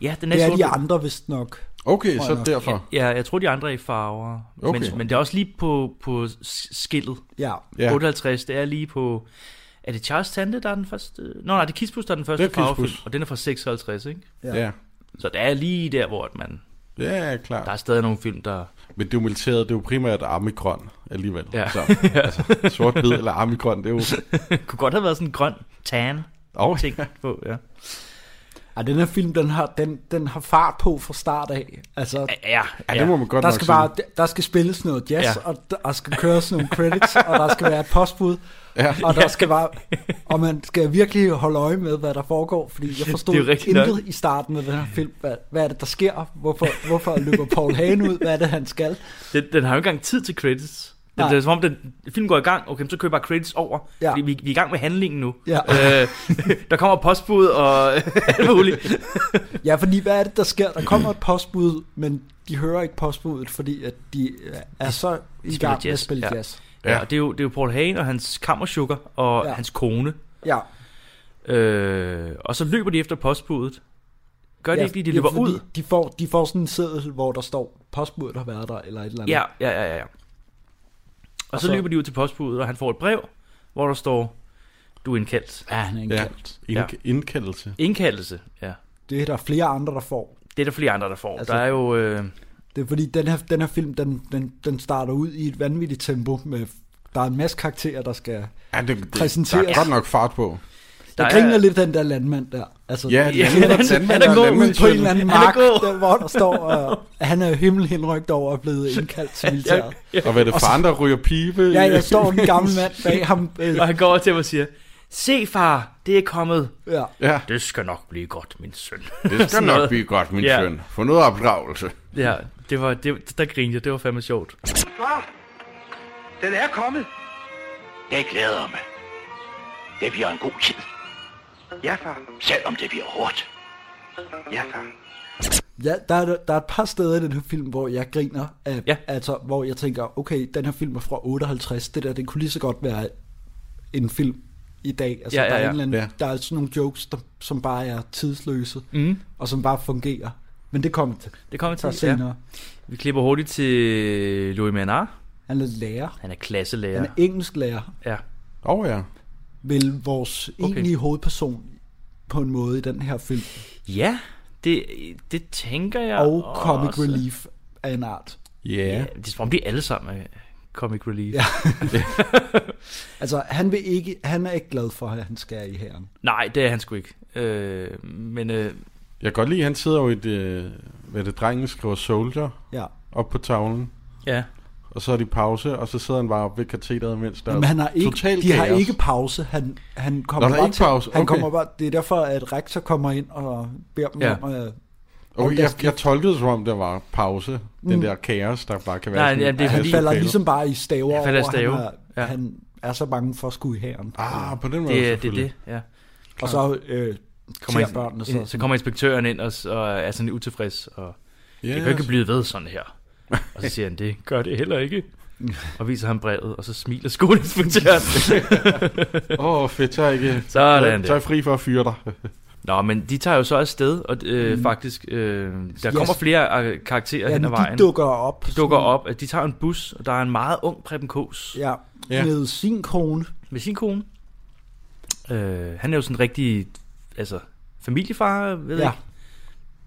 S4: Ja, den
S3: Det er
S4: sort-
S3: de andre vist nok.
S5: Okay,
S3: Tror jeg
S5: så
S3: nok.
S5: derfor.
S4: Ja, jeg tror, de andre er i farver.
S5: Okay.
S4: Men, men det er også lige på, på s- skillet.
S3: Ja.
S5: Ja.
S4: Ja. 58, det er lige på... Er det Charles Tante, der er den første? Nå nej, det er Kispus, der er den første
S5: Det er Kispus.
S4: farvefilm. Og den er fra 56, ikke?
S5: Ja.
S4: Så det er lige der, hvor at man...
S5: Ja, klart.
S4: Der er stadig nogle film, der...
S5: Men det er jo militæret, det er jo primært armigrøn alligevel.
S4: Ja.
S5: Så, altså, sort-hvid eller armigrøn, det er jo...
S4: kunne godt have været sådan en grøn tan
S5: Oh,
S4: ting på, ja.
S3: Ej, den her film, den har, den, den har fart på fra start af. Altså,
S4: Ja,
S5: ja, det må man godt
S3: der
S5: nok
S3: skal,
S5: sige.
S3: bare, der skal spilles noget jazz, ja.
S4: Ja.
S3: og der skal køres nogle credits, og der skal være et postbud. Ja. Og der skal bare, og man skal virkelig holde øje med, hvad der foregår, fordi jeg forstod
S4: Det er jo rigtigt
S3: intet
S4: nok.
S3: i starten af den her film. Hvad, hvad er det, der sker? Hvorfor, hvorfor løber Paul Hagen ud? Hvad er det, han skal?
S4: den, den har jo ikke engang tid til credits. Det,
S3: Nej.
S4: det er som om, den film går i gang, okay, men så kører jeg bare credits over,
S3: Ja.
S4: ja. fordi vi, vi er i gang med handlingen nu.
S3: Ja.
S4: Øh, der kommer postbud og alt muligt.
S3: Ja, fordi hvad er det, der sker? Der kommer et postbud, men de hører ikke postbuddet, fordi at de øh, er så i
S4: spiller
S3: gang med at
S4: jazz,
S3: spille
S4: ja.
S3: jazz.
S4: Ja. ja, og det er, jo, det er jo Paul Hagen og hans kammersukker og
S3: Ja.
S4: ja. hans kone.
S3: Ja,
S4: Øh, og så løber de efter postbuddet. Gør de
S3: ja,
S4: ikke lige, de
S3: ja,
S4: løber
S3: fordi
S4: ud?
S3: De får, de får sådan en seddel, hvor der står, postbuddet har været der, eller et eller andet.
S4: Ja, ja, ja, ja, ja. Og, og
S3: så-
S4: så, så løber de ud til postbuddet, og han får et brev, hvor der står, du er indkaldt.
S3: ja han er
S5: Ja,
S3: indkaldt.
S5: Ind-
S4: Ja.
S5: indkaldelse.
S4: Indkaldelse, ja.
S3: Det er der flere andre, der får.
S4: Det er der flere andre, der får.
S3: Altså-
S4: Altså, der er jo... Øh,
S3: Det er fordi, den her, den her film, den, den, den starter ud i et vanvittigt tempo med... Der er en masse karakterer, der skal...
S5: Ja, det, det, der
S3: Præsenteres.
S5: er godt nok fart på.
S4: Der
S3: Jeg griner lidt af den der landmand der. Altså,
S5: Ja,
S4: Ja,
S5: han er-
S4: han, han
S5: landmand
S4: er
S5: og
S4: god.
S5: landmand.
S3: ude på en eller anden
S4: Han er
S3: mark,
S4: god.
S3: der, hvor der står, og han er himmelhenrygt over og blevet indkaldt til militæret.
S5: Og hvad er det, faren, der ryger pibe?
S3: Ja, jeg står en gammel mand bag ham. Øh,
S4: Og han går over til mig og siger, se far, det er kommet.
S3: ja.
S5: Ja,
S4: Det skal nok blive godt, min søn.
S5: det skal
S4: Sådan
S5: nok
S4: noget.
S5: blive godt, min
S4: Ja.
S5: søn. Få noget opdragelse.
S4: Ja, det var, det, der grinede jeg, det var fandme sjovt.
S9: Den er kommet.
S10: Jeg glæder mig. Det bliver en god tid,
S9: Ja, far.
S10: selvom det bliver hårdt.
S9: Ja, far.
S3: Ja, der er, der er et par steder i den her film, hvor jeg griner. Af,
S4: Ja.
S3: ja. Altså, hvor jeg tænker, okay, den her film er fra 58. Det der, det kunne lige så godt være en film i dag. Altså,
S4: Ja, ja,
S3: der, er
S4: ja.
S3: en eller anden,
S5: Ja.
S3: der er sådan nogle jokes, der, som bare er tidsløse,
S4: Mm.
S3: og som bare fungerer. Men det kommer til.
S4: Det kommer
S3: Så
S4: til. Ja.
S3: senere. Ja.
S4: Vi klipper hurtigt til Louis Menard.
S3: Han er lærer.
S4: Han er klasselærer.
S3: Han er engelsk lærer.
S4: Ja.
S5: Åh oh, ja.
S3: Vel vores okay. egentlige hovedperson på en måde i den her film.
S4: Ja, det, det tænker jeg
S3: og comic
S4: også.
S3: relief af en art.
S5: Ja.
S4: Ja, det er som om de alle sammen er comic relief. Ja.
S3: Altså, han, vil ikke, han er ikke glad for, at han skal i herren.
S4: Nej, det er han sgu ikke. Øh, men øh,
S5: Jeg kan godt lide, at han sidder jo i det, hvad er det drengen skriver soldier
S3: Ja.
S5: op på tavlen.
S4: ja,
S5: Og så er de pause, og så sidder han bare oppe ved katheteret, mens der
S3: Men han har ikke,
S5: totalt
S3: de har
S5: kaos.
S3: ikke pause. Han, han kommer
S5: Nå, der er
S3: bare
S5: ikke
S3: til,
S5: pause.
S3: Han
S5: Okay.
S3: kommer bare, det er derfor, at rektor kommer ind og beder dem
S4: Ja.
S3: ja. om øh, at...
S5: Okay,
S3: der
S5: jeg,
S3: sker-
S5: jeg tolkede det, som om der var pause. Den der kaos, der bare kan være
S4: Nej,
S5: sådan,
S4: ja, det er
S5: at
S3: Han
S4: fordi-
S3: Mm. falder
S5: lokalet.
S3: ligesom bare i staver
S4: Han falder i
S3: over,
S4: stave.
S3: Han, er,
S4: Ja.
S3: ja. han er så bange for at skulle i herren.
S5: Ah, på den måde
S4: det, er- det er
S5: selvfølgelig.
S4: det. Ja.
S3: og så øh, kommer ser børnene så,
S4: så kommer inspektøren ind og, s- og er sådan utilfreds. Og,
S5: Ja,
S4: Det kan ikke blive ved sådan her. Og så siger han, det gør det heller ikke. Og viser ham brevet, og så smiler skoleinspektøren.
S5: Åh, oh, fedt, så er jeg ikke...
S4: Sådan
S5: Så er
S4: der.
S5: jeg fri for at fyre dig.
S4: Nå, men de tager jo så afsted, og øh, mm. faktisk, øh, der
S3: Yes.
S4: kommer flere øh, karakterer ja, hen ad
S3: ja,
S4: vejen.
S3: de dukker op.
S4: De dukker op, at de tager en bus, og der er en meget ung Preben Kås
S3: Ja,
S5: Ja.
S3: ja. med sin kone.
S4: med sin kone. Øh, han er jo sådan en rigtig, altså, familiefar, ved
S3: Ja.
S4: jeg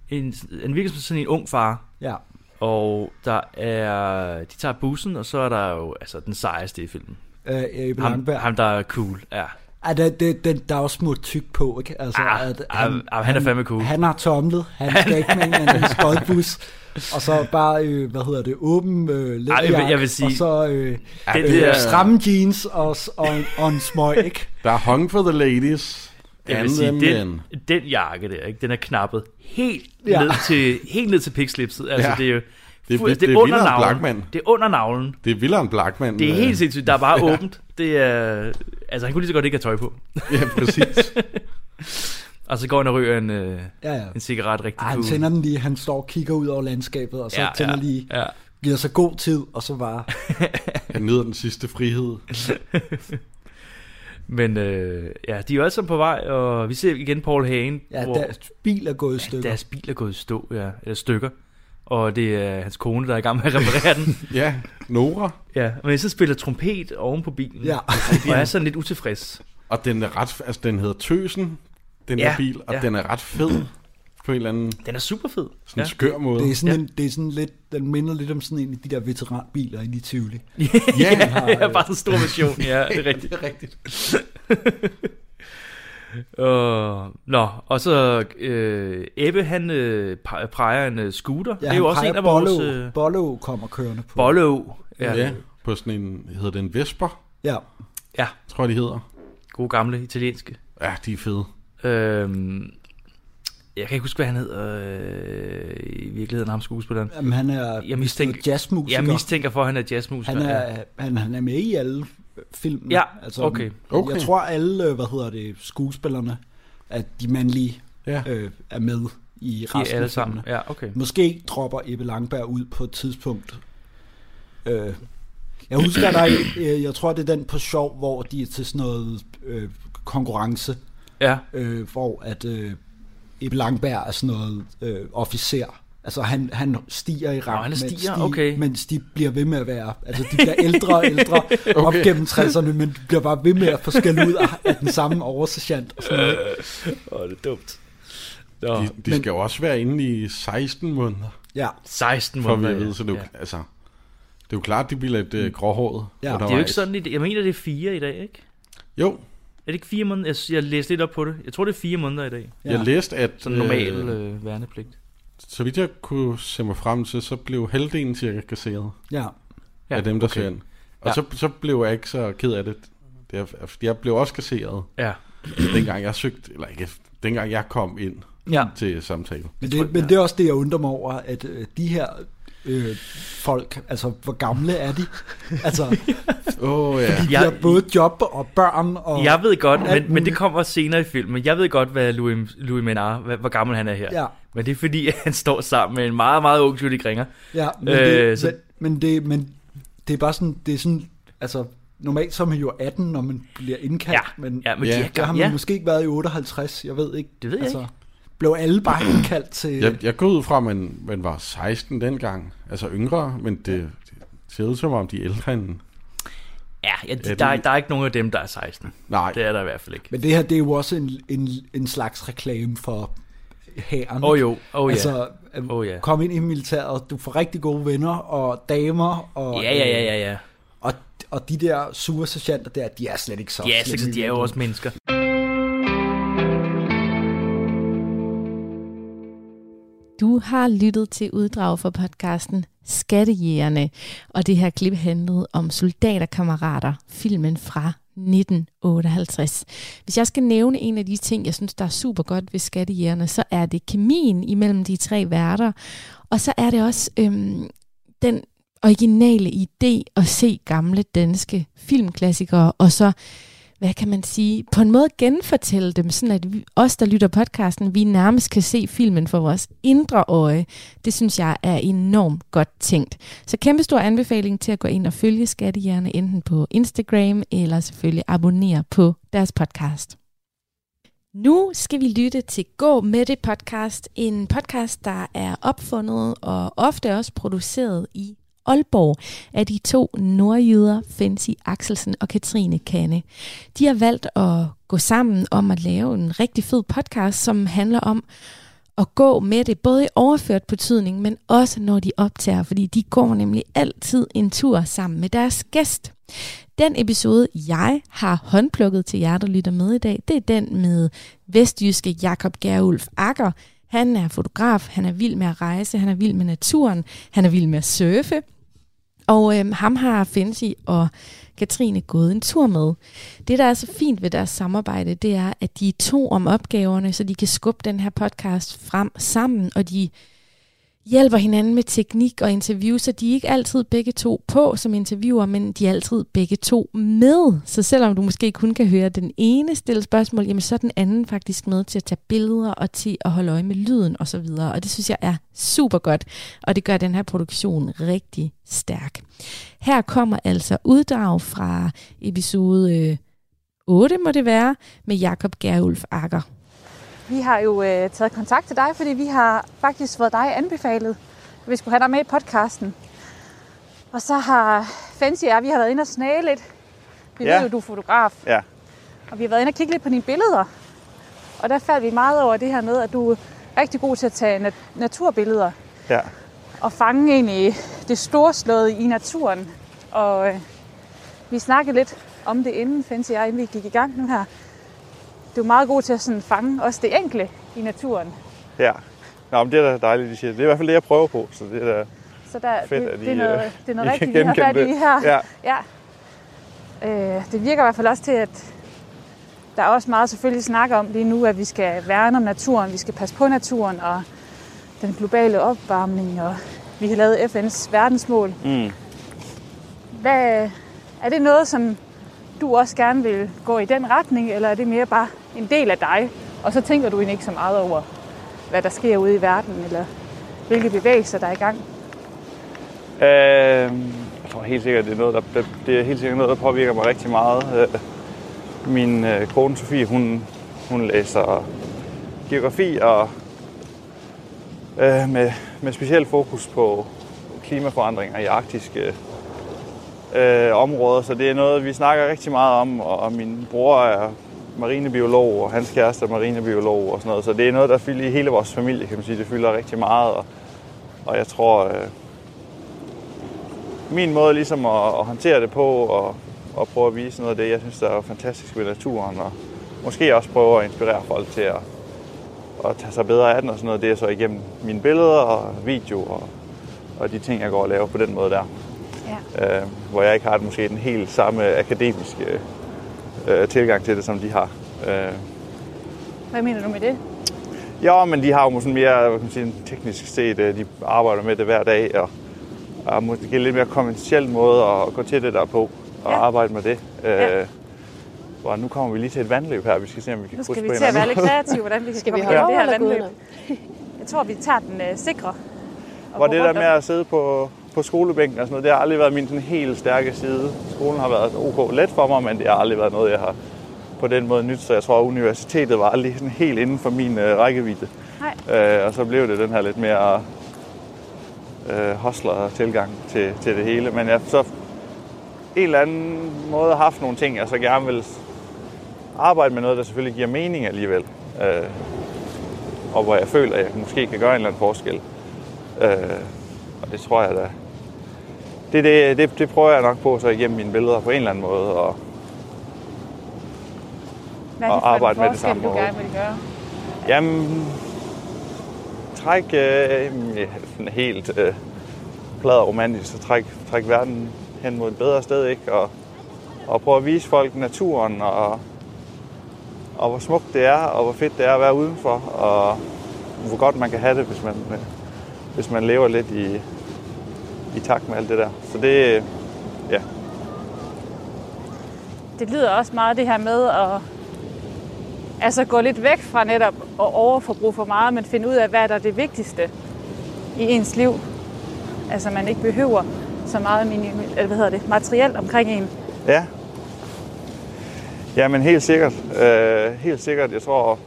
S4: ikke. En, han virker som sådan en ung far.
S3: Ja.
S4: Og der er, de tager bussen, og så er der jo altså, den sejeste i filmen.
S3: Øh, Ebbe
S4: Ham,
S3: Langberg.
S4: ham, der er cool, ja.
S3: Ej, det, det, den, der er også smurt tyk på, ikke? Altså,
S4: Ah, ah, ah, han er fandme cool.
S3: Han har tomlet, han skal ikke med en anden skodbus, og så bare, øh, hvad hedder det, åben øh, læderjakke,
S4: jeg vil sige-
S3: og så øh,
S4: det
S3: øh,
S4: der-
S3: stramme jeans og, s- og, en- og en smøg, ikke?
S5: Der er hung for the ladies.
S4: Jeg
S5: and
S4: vil sige,
S5: the
S4: den,
S5: men.
S4: den jakke der, ikke, den er knappet helt, ja.
S3: Ja.
S4: ned, til, helt ned til pikslipset. Altså,
S5: Ja.
S4: ja. det er jo
S5: Det er
S4: fu-
S5: vildt- det er
S4: under
S5: vildere end
S4: navlen.
S5: Blachman.
S4: Det er under navlen.
S5: Det er vildere end Blackman.
S4: Det er
S5: øh,
S4: helt sindssygt. Der er bare åbent. Det er, altså, han kunne lige så godt ikke have tøj på.
S5: Ja, præcis.
S4: Og så går han og ryger en, øh,
S3: Ja, ja.
S4: en cigaret rigtig
S5: Ah,
S3: Ej, han
S4: cool.
S3: tænder den lige, han står og kigger ud over landskabet, og så
S4: Ja,
S3: ja,
S4: ja,
S3: tænder ja. lige,
S4: ja.
S3: giver sig god tid, og så bare,
S5: Han nyder den sidste frihed.
S4: Men øh, ja, de er jo alle sammen på vej, og vi ser igen Paul Hagen,
S3: ja, deres bil er gået i stykker.
S4: deres bil er gået i stå, ja, eller stykker. Og det er hans kone, der er i gang med at reparere den.
S5: Ja, Nora.
S4: Ja, men så spiller trompet oven på bilen.
S3: Ja.
S4: Og er sådan lidt utilfreds.
S5: Og den er ret... Altså, den hedder Tøsen, den
S4: Ja,
S5: her bil, og
S4: ja.
S5: den er ret fed på en eller anden
S4: Den er super fed.
S5: sådan skør måde.
S3: Det er, sådan en, det er sådan lidt, den minder lidt om sådan en af de der veteranbiler inde i Tivoli.
S5: ja,
S4: Ja, bare sådan en stor version. Ja, det er rigtigt.
S5: det er rigtigt.
S4: Uh, nå, og så øh, Ebbe, han øh, pe- peger en øh, scooter. det er
S3: han
S4: jo også
S3: peger
S4: en af vores...
S3: Bollo,
S4: Øh,
S3: Bollo kommer kørende på.
S4: Bollo. Ja,
S5: Ja.
S4: ja.
S5: ja. På sådan en... Hedder det en Vesper?
S3: Ja,
S4: ja,
S5: Tror jeg, de hedder.
S4: gode gamle italienske.
S5: Ja, de er fede.
S4: Øhm, jeg kan ikke huske, hvad han hedder øh, i virkeligheden, ham skuespilleren.
S3: Jamen, han er
S4: Jeg mistænker-
S3: jazzmusiker.
S4: Jeg mistænker for, at han er jazzmusiker.
S3: han er, han, han er med i alle filmene. Altså,
S4: Ja, okay.
S5: Okay.
S3: Jeg tror alle, øh, hvad hedder det, skuespillerne, at de mandlige
S5: Ja.
S3: øh, er med i
S4: ja,
S3: resten
S4: de er alle sammen.
S3: af filmene.
S4: Ja, okay.
S3: Måske dropper Ebbe Langberg ud på et tidspunkt. Øh, jeg husker, der er, øh, jeg tror, det er den på sjov, hvor de er til sådan noget øh, konkurrence,
S4: Ja,
S3: øh, hvor at øh, Ebbe Langberg er sådan noget øh, officer. Altså han, han stiger i rang,
S4: han
S3: mens
S4: stiger,
S3: de,
S4: okay.
S3: mens de bliver ved med at være, altså de bliver ældre og ældre okay. op gennem 60'erne, men de bliver bare ved med at få skæld ud af- af den samme oversergeant og sådan noget.
S4: Åh, det er dumt. Nå,
S5: De, de skal jo også være inde i 16 måneder,
S3: Ja,
S4: 16
S5: for
S4: måneder.
S5: vi at vide, så det er jo,
S4: ja.
S5: altså, det er jo klart, de bliver lidt øh, gråhåret
S3: Mm. Ja.
S5: undervejs.
S4: Det er jo ikke sådan, i dag- jeg mener, det er fire i dag, ikke?
S5: Jo,
S4: Er det ikke fire måneder? Jeg, jeg læste lidt op på det. Jeg tror, det er fire måneder i dag.
S5: Jeg læste, at...
S4: Sådan normal øh, værnepligt.
S5: Så vidt jeg kunne se mig frem til, så blev halvdelen cirka kasseret.
S4: Ja. Ja,
S5: Af dem, der
S4: okay.
S5: okay. søger ind. Og
S4: Ja.
S5: så, så blev jeg ikke så ked af det. det er, fordi jeg blev også kasseret.
S4: Ja.
S5: dengang jeg søgte, eller ikke, dengang jeg kom ind
S4: Ja.
S5: til samtale.
S3: Men det, men det er også det, jeg undrer mig over, at øh, de her øh, folk, altså hvor gamle er de? Altså,
S5: oh, ja.
S3: fordi de
S4: Jeg-
S3: har både job og børn og...
S4: Jeg ved godt,
S3: alt
S4: men, men det
S3: muligt.
S4: kommer senere i filmen. Jeg ved godt, hvad Louis, Louis Menard, hvad, hvor gammel han er her.
S3: Ja.
S4: Men det er fordi, at han står sammen med en meget, meget ung Judy Gringer.
S3: Ja, men,
S4: øh,
S3: det,
S4: så,
S3: men, men, det, men det er bare sådan, det er sådan, altså normalt så er man jo 18, når man bliver indkaldt,
S4: Ja,
S3: men,
S4: ja, men de er
S3: der har
S4: gamle,
S3: man
S4: ja.
S3: måske ikke været i 58, jeg ved ikke. Altså,
S4: Det ved jeg ikke.
S3: Blev alle bare indkaldt til...
S5: Jeg, jeg går ud fra, at man, man var 16 dengang, altså yngre, men det, det ser ud som om, de er ældre end...
S4: ja, ja de,
S5: Atten.
S4: der, er, der er ikke nogen af dem, der er 16.
S5: Nej.
S4: Det er der i hvert fald ikke.
S3: Men det her, det er jo også en, en, en slags reklame for hæren.
S4: Åh oh, jo, åh oh, ja.
S3: Altså,
S4: oh, ja.
S3: kom ind i militæret, du får rigtig gode venner og damer. Og, øh,
S4: Ja, ja, ja, ja, ja.
S3: Og, og de der sure sergeanter der, de er slet ikke så
S4: Ja, så
S3: slemme i
S4: de er jo
S3: virkeligheden.
S4: også mennesker.
S1: Du har lyttet til uddrag fra podcasten Skattejægerne, og det her klip handlede om Soldaterkammerater, filmen fra 1958. Hvis jeg skal nævne en af de ting, jeg synes, der er super godt ved Skattejægerne, så er det kemien imellem de tre værter, og så er det også øhm, den originale idé at se gamle danske filmklassikere, og så hvad kan man sige, på en måde genfortælle dem, sådan at vi, os, der lytter podcasten, vi nærmest kan se filmen for vores indre øje. Det synes jeg er enormt godt tænkt. Så kæmpe stor anbefaling til at gå ind og følge Skattehjerne, enten på Instagram, eller selvfølgelig abonnere på deres podcast. Nu skal vi lytte til Gå med det podcast, en podcast, der er opfundet og ofte også produceret i Aalborg af de to nordjyder, Fancy Axelsen og Katrine Kanne. De har valgt at gå sammen om at lave en rigtig fed podcast, som handler om at gå med det, både i overført betydning, men også når de optager, fordi de går nemlig altid en tur sammen med deres gæst. Den episode, jeg har håndplukket til jer, der lytter med i dag, det er den med vestjyske Jakob Gerulf Akker. Han er fotograf, han er vild med at rejse, han er vild med naturen, han er vild med at surfe. Og øhm, ham har Fensi og Katrine gået en tur med. Det, der er så fint ved deres samarbejde, det er, at de er to om opgaverne, så de kan skubbe den her podcast frem sammen, og de hjælper hinanden med teknik og interview, så de er ikke altid begge to på som interviewer, men de er altid begge to med. Så selvom du måske kun kan høre den ene stille spørgsmål, jamen så er den anden faktisk med til at tage billeder og til at holde øje med lyden osv. Og, så og det synes jeg er super godt, og det gør den her produktion rigtig stærk. Her kommer altså uddrag fra episode øh, 8, må det være, med Jakob Gerulf Akker.
S11: Vi har jo øh, taget kontakt til dig, fordi vi har faktisk fået dig anbefalet, at vi skulle have dig med i podcasten. Og så har Fancy og jeg, vi har været inde og snage lidt. Vi
S12: Ja.
S11: ja. ved jo, du er fotograf,
S12: Ja.
S11: og vi har været inde og kigge lidt på dine billeder. Og der faldt vi meget over det her med, at du er rigtig god til at tage nat- naturbilleder
S12: Ja.
S11: og fange egentlig det storslåede i naturen. Og øh, vi snakkede lidt om det inden, Fancy og jeg, inden vi gik i gang nu her. Du er meget god til at sådan fange også det enkle i naturen.
S12: Ja. Nå, men det er da dejligt, de siger. Det er i hvert fald det, jeg prøver på, så det er da
S11: Så der,
S12: fedt,
S11: det,
S12: at I,
S11: det, er noget,
S12: øh,
S11: det er noget
S12: I
S11: rigtigt, vi
S12: kan
S11: har fat
S12: genkende
S11: i
S12: det.
S11: her.
S12: Ja.
S11: ja. Øh, det virker i hvert fald også til, at der er også meget selvfølgelig snak om lige nu, at vi skal værne om naturen, vi skal passe på naturen og den globale opvarmning, og vi har lavet FN's verdensmål.
S12: Mm.
S11: Hvad, er det noget, som du også gerne vil gå i den retning, eller er det mere bare en del af dig, og så tænker du egentlig ikke så meget over, hvad der sker ude i verden, eller hvilke bevægelser, der er i gang?
S12: Øh, jeg tror helt sikkert, det er noget, der, det, det er helt sikkert noget, der påvirker mig rigtig meget. Øh, Min øh, kone Sofie, hun, hun læser geografi og øh, med, med speciel fokus på klimaforandringer i arktiske øh, områder, så det er noget, vi snakker rigtig meget om, og, og min bror er marinebiolog, og hans kæreste er marinebiolog og sådan noget, så det er noget, der fylder i hele vores familie, kan man sige, det fylder rigtig meget, og, og jeg tror, øh, min måde ligesom at, at håndtere det på, og og prøve at vise noget af det, jeg synes, der er fantastisk ved naturen, og måske også prøve at inspirere folk til at, at tage sig bedre af den og sådan noget. Det er så igennem mine billeder og videoer og, og de ting, jeg går og laver på den måde der. Ja. Øh, hvor jeg ikke har måske den helt samme akademiske øh, tilgang til det, som de har. Øh,
S11: Hvad mener du med det?
S12: jo, men de har jo sådan mere hvad kan man sige, teknisk set, øh, de arbejder med det hver dag, og, og måske lidt mere konventionel måde at gå til det der på, og ja. arbejde med det. Øh, ja. Og nu kommer vi lige til et vandløb her, vi skal se, om vi kan
S11: Nu
S12: krydse
S11: skal vi
S12: på
S11: til at være
S12: hinanden.
S11: lidt kreative, hvordan vi kan
S13: Skal vi
S11: komme
S13: holde
S11: igennem det her
S13: over eller gå
S11: vandløb. Jeg tror, vi tager den øh, sikre. og
S12: Hvor
S11: gå
S12: det der
S11: rundt
S12: med
S11: om.
S12: at sidde på, på skolebænken og sådan noget, det har aldrig været min sådan helt stærke side. Skolen har været ok let for mig, men det har aldrig været noget, jeg har på den måde nyt, så jeg tror, at universitetet var aldrig sådan helt inden for min øh, rækkevidde. Øh, og så blev det den her lidt mere øh, hostler-tilgang til, til det hele. Men jeg har så en eller anden måde haft nogle ting, jeg så gerne vil arbejde med noget, der selvfølgelig giver mening alligevel. Øh, og hvor jeg føler, at jeg måske kan gøre en eller anden forskel. Øh, og det tror jeg da. Det, det, det, det prøver jeg nok på så igennem mine billeder på en eller anden måde. Og,
S11: Hvad er
S12: at
S11: det for en
S12: arbejde med det
S11: forskel,
S12: samme
S11: du
S12: måde.
S11: gerne vil gøre?
S12: Jamen, træk øh, ja, sådan helt øh, plad og romantisk, så træk, træk verden hen mod et bedre sted, ikke? Og, og prøve at vise folk naturen, og, og hvor smukt det er, og hvor fedt det er at være udenfor, og hvor godt man kan have det, hvis man, øh, hvis man lever lidt i, i takt med alt det der. Så det, øh, ja,
S11: Det lyder også meget det her med at altså gå lidt væk fra netop at overforbruge for meget, men finde ud af, hvad der er det vigtigste i ens liv. Altså man ikke behøver så meget minim- eller hvad hedder det, materielt omkring en.
S12: Ja. Jamen helt sikkert. Øh, helt sikkert. Jeg tror,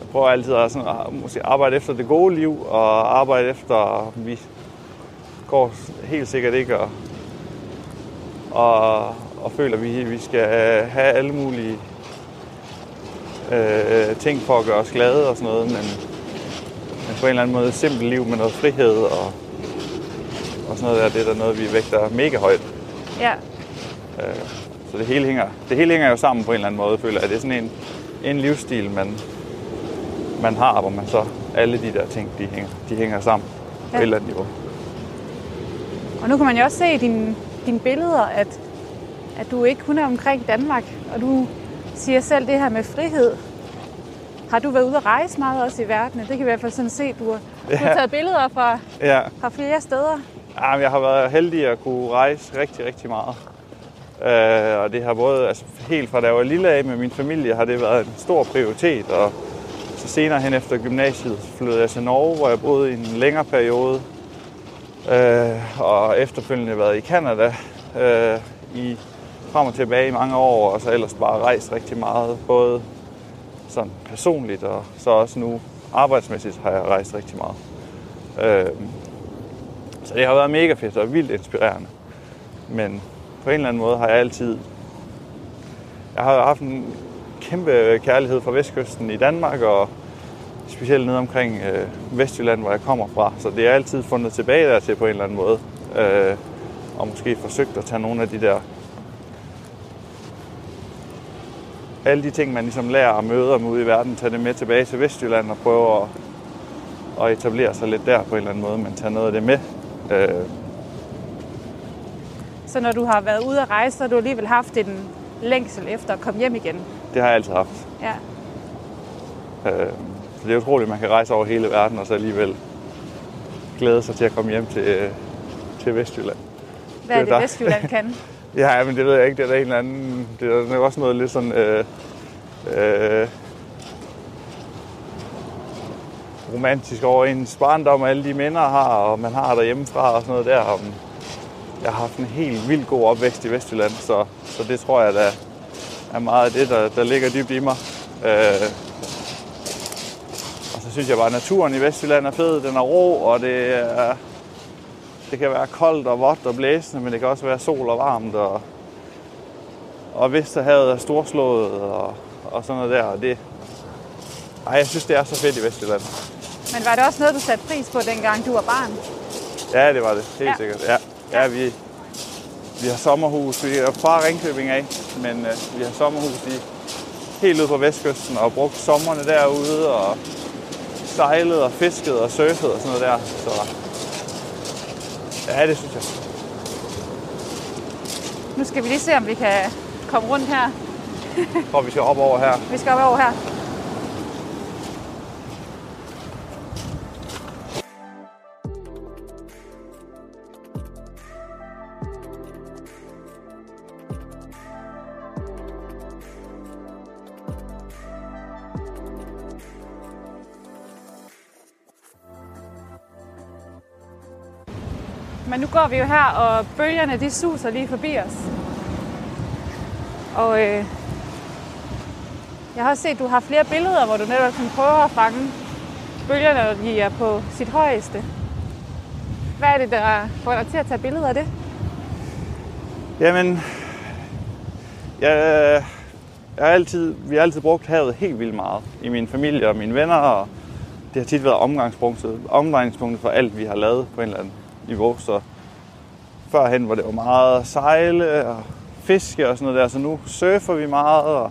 S12: jeg prøver altid at, sådan, at måske arbejde efter det gode liv, og arbejde efter, vi går helt sikkert ikke og, og, og føler, at vi, vi skal have alle mulige øh, ting for at gøre os glade og sådan noget, men, men på en eller anden måde et simpelt liv med noget frihed og, og sådan noget der, det er der noget, vi vægter mega højt.
S11: Ja,
S12: Øh, Så det hele, hænger, det hele hænger jo sammen på en eller anden måde, føler jeg. Det er sådan en, en livsstil, man, man har, hvor man så alle de der ting, de hænger, de hænger sammen ja. på
S11: Ja.
S12: et eller andet niveau.
S11: og nu kan man jo også se i dine, dine billeder, at, at du ikke kun er omkring Danmark, og du siger selv det her med frihed. Har du været ude at rejse meget også i verden? Det kan vi i hvert fald sådan se, du har, du har
S12: Ja.
S11: taget billeder fra,
S12: Ja.
S11: fra flere steder.
S12: Ja, Ah, men jeg har været heldig at kunne rejse rigtig, rigtig meget. Øh, og det har både, altså helt fra da jeg var lille af med min familie, har det været en stor prioritet. Og så senere hen efter gymnasiet flyttede jeg til Norge, hvor jeg boede i en længere periode. Øh, og efterfølgende været i Kanada øh, i frem og tilbage i mange år, og så ellers bare rejst rigtig meget, både sådan personligt og så også nu arbejdsmæssigt har jeg rejst rigtig meget. Øh, så det har været mega fedt og vildt inspirerende. Men på en eller anden måde har jeg altid... Jeg har haft en kæmpe kærlighed for vestkysten i Danmark, og specielt nede omkring øh, Vestjylland, hvor jeg kommer fra. Så det er altid fundet tilbage dertil på en eller anden måde. Øh, og måske forsøgt at tage nogle af de der... Alle de ting, man ligesom lærer og møder med ude i verden, tage det med tilbage til Vestjylland og prøve at og etablere sig lidt der på en eller anden måde, men tage noget af det med. Øh,
S11: Så når du har været ude at rejse, så har du alligevel haft en længsel efter at komme hjem igen.
S12: det har jeg altid haft.
S11: Ja.
S12: Øh, så det er utroligt, at man kan rejse over hele verden og så alligevel glæde sig til at komme hjem til, øh, til Vestjylland.
S11: Hvad er
S12: jo
S11: det,
S12: dig.
S11: Vestjylland kan?
S12: ja, men det ved jeg ikke. Det er der en eller anden... Det er der nok også noget lidt sådan... Øh, øh, romantisk over ens barndom og alle de minder jeg har, og man har derhjemmefra og sådan noget der. Og jeg har haft en helt vildt god opvækst i Vestjylland, så, så det tror jeg, der er meget af det, der, der ligger dybt i mig. Øh, og så synes jeg bare, at naturen i Vestjylland er fed. Den er rå, og det, er, det kan være koldt og vådt og blæsende, men det kan også være sol og varmt. Og, og Vesterhavet er storslået og, og sådan noget der. Og det, ej, jeg synes, det er så fedt i Vestjylland.
S11: Men var det også noget, du satte pris på, dengang du var barn?
S12: Ja, det var det. Helt
S11: Ja.
S12: ja. sikkert. Ja. ja, vi Vi har sommerhus. Vi er fra Ringkøbing af, men øh, vi har sommerhus i, helt ude på vestkysten og brugt sommerne derude og sejlet og fisket og surfet og sådan noget der. Så ja, det synes jeg.
S11: Nu skal vi lige se, om vi kan komme rundt her.
S12: Og vi skal op over her.
S11: Vi skal op over her. Men nu går vi jo her, og bølgerne de suser lige forbi os. Og øh, jeg har også set, at du har flere billeder, hvor du netop sådan prøver at fange bølgerne, når de er på sit højeste. Hvad er det, der får dig til at tage billeder af det?
S12: Jamen, jeg, jeg har altid, vi har altid brugt havet helt vildt meget i min familie og mine venner, og det har tit været omgangspunktet, omgangspunktet for alt, vi har lavet på en eller anden niveau. Så førhen, hvor det var meget at sejle og fiske og sådan noget der, så nu surfer vi meget, og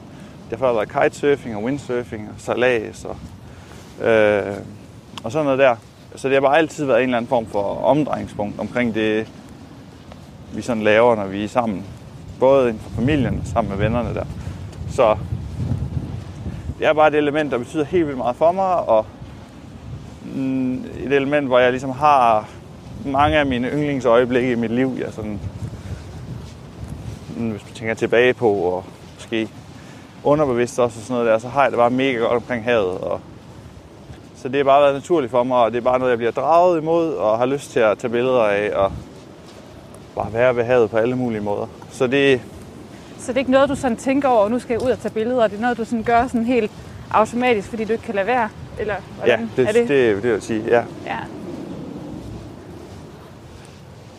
S12: det har før været kitesurfing og windsurfing og salas og, øh, og sådan noget der. Så det har bare altid været en eller anden form for omdrejningspunkt omkring det, vi sådan laver, når vi er sammen. Både inden for familien og sammen med vennerne der. Så det er bare et element, der betyder helt vildt meget for mig, og mm, et element, hvor jeg ligesom har mange af mine yndlingsøjeblikke i mit liv, jeg sådan, mm, hvis man tænker tilbage på, og måske underbevidst også og sådan noget der, så har jeg det bare mega godt omkring havet. Og, så det har bare været naturligt for mig, og det er bare noget, jeg bliver draget imod, og har lyst til at tage billeder af, og bare være ved havet på alle mulige måder. Så det,
S11: Så det er ikke noget, du sådan tænker over, nu skal jeg ud og tage billeder. Det er noget, du sådan gør sådan helt automatisk, fordi du ikke kan lade være. Eller,
S12: ja,
S11: hvordan
S12: det,
S11: er
S12: det, det, det vil jeg sige, ja.
S11: Ja.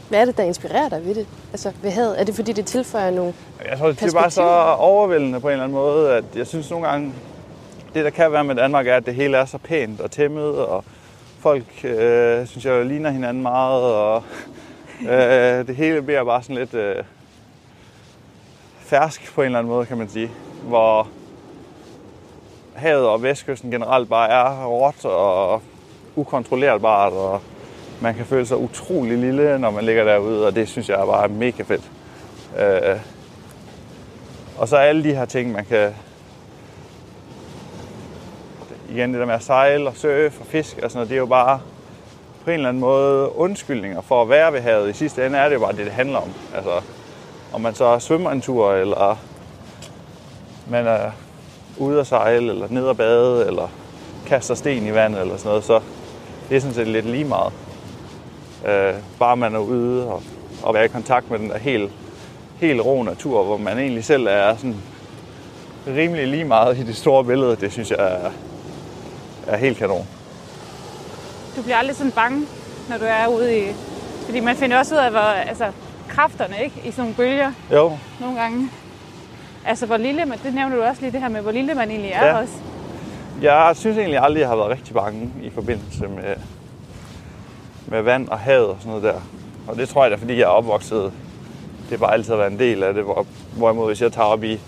S13: Hvad er det, der inspirerer dig ved det? Altså ved havet? Er det, fordi det tilføjer nogle...
S12: Jeg tror, det er bare så
S13: Perspektiver.
S12: overvældende på en eller anden måde, at jeg synes nogle gange, det der kan være med Danmark er, at det hele er så pænt og tæmmet, og folk, øh, synes jeg, ligner hinanden meget, og øh, det hele bliver bare sådan lidt øh, fersk på en eller anden måde, kan man sige. Hvor havet og vestkysten generelt bare er råt og ukontrollerbart, og man kan føle sig utrolig lille, når man ligger derude, og det synes jeg er bare mega fedt. Øh, og så alle de her ting, man kan... Igen, det der med at sejle og surfe og fiske og sådan noget, det er jo bare på en eller anden måde undskyldninger for at være ved havet. I sidste ende er det jo bare det, det handler om. Altså, om man så svømmer en tur, eller man er ude at sejle, eller ned og bade, eller kaster sten i vandet, eller sådan noget, så det er sådan set lidt lige meget. Øh, bare man er ude og, og være i kontakt med den der helt, helt rå natur, hvor man egentlig selv er sådan rimelig lige meget i det store billede, det synes jeg er, er helt kanon.
S11: du bliver aldrig sådan bange, når du er ude i... Fordi man finder også ud af, hvor altså, kræfterne ikke? i sådan nogle bølger
S12: Jo,
S11: nogle gange. Altså, hvor lille man... Det nævner du også lige, det her med, hvor lille man egentlig er
S12: Ja.
S11: også.
S12: Jeg synes egentlig aldrig, jeg har været rigtig bange i forbindelse med, med vand og havet og sådan noget der. Og det tror jeg da, fordi jeg er opvokset. Det har bare altid været en del af det. Hvor, hvorimod hvis jeg tager op i...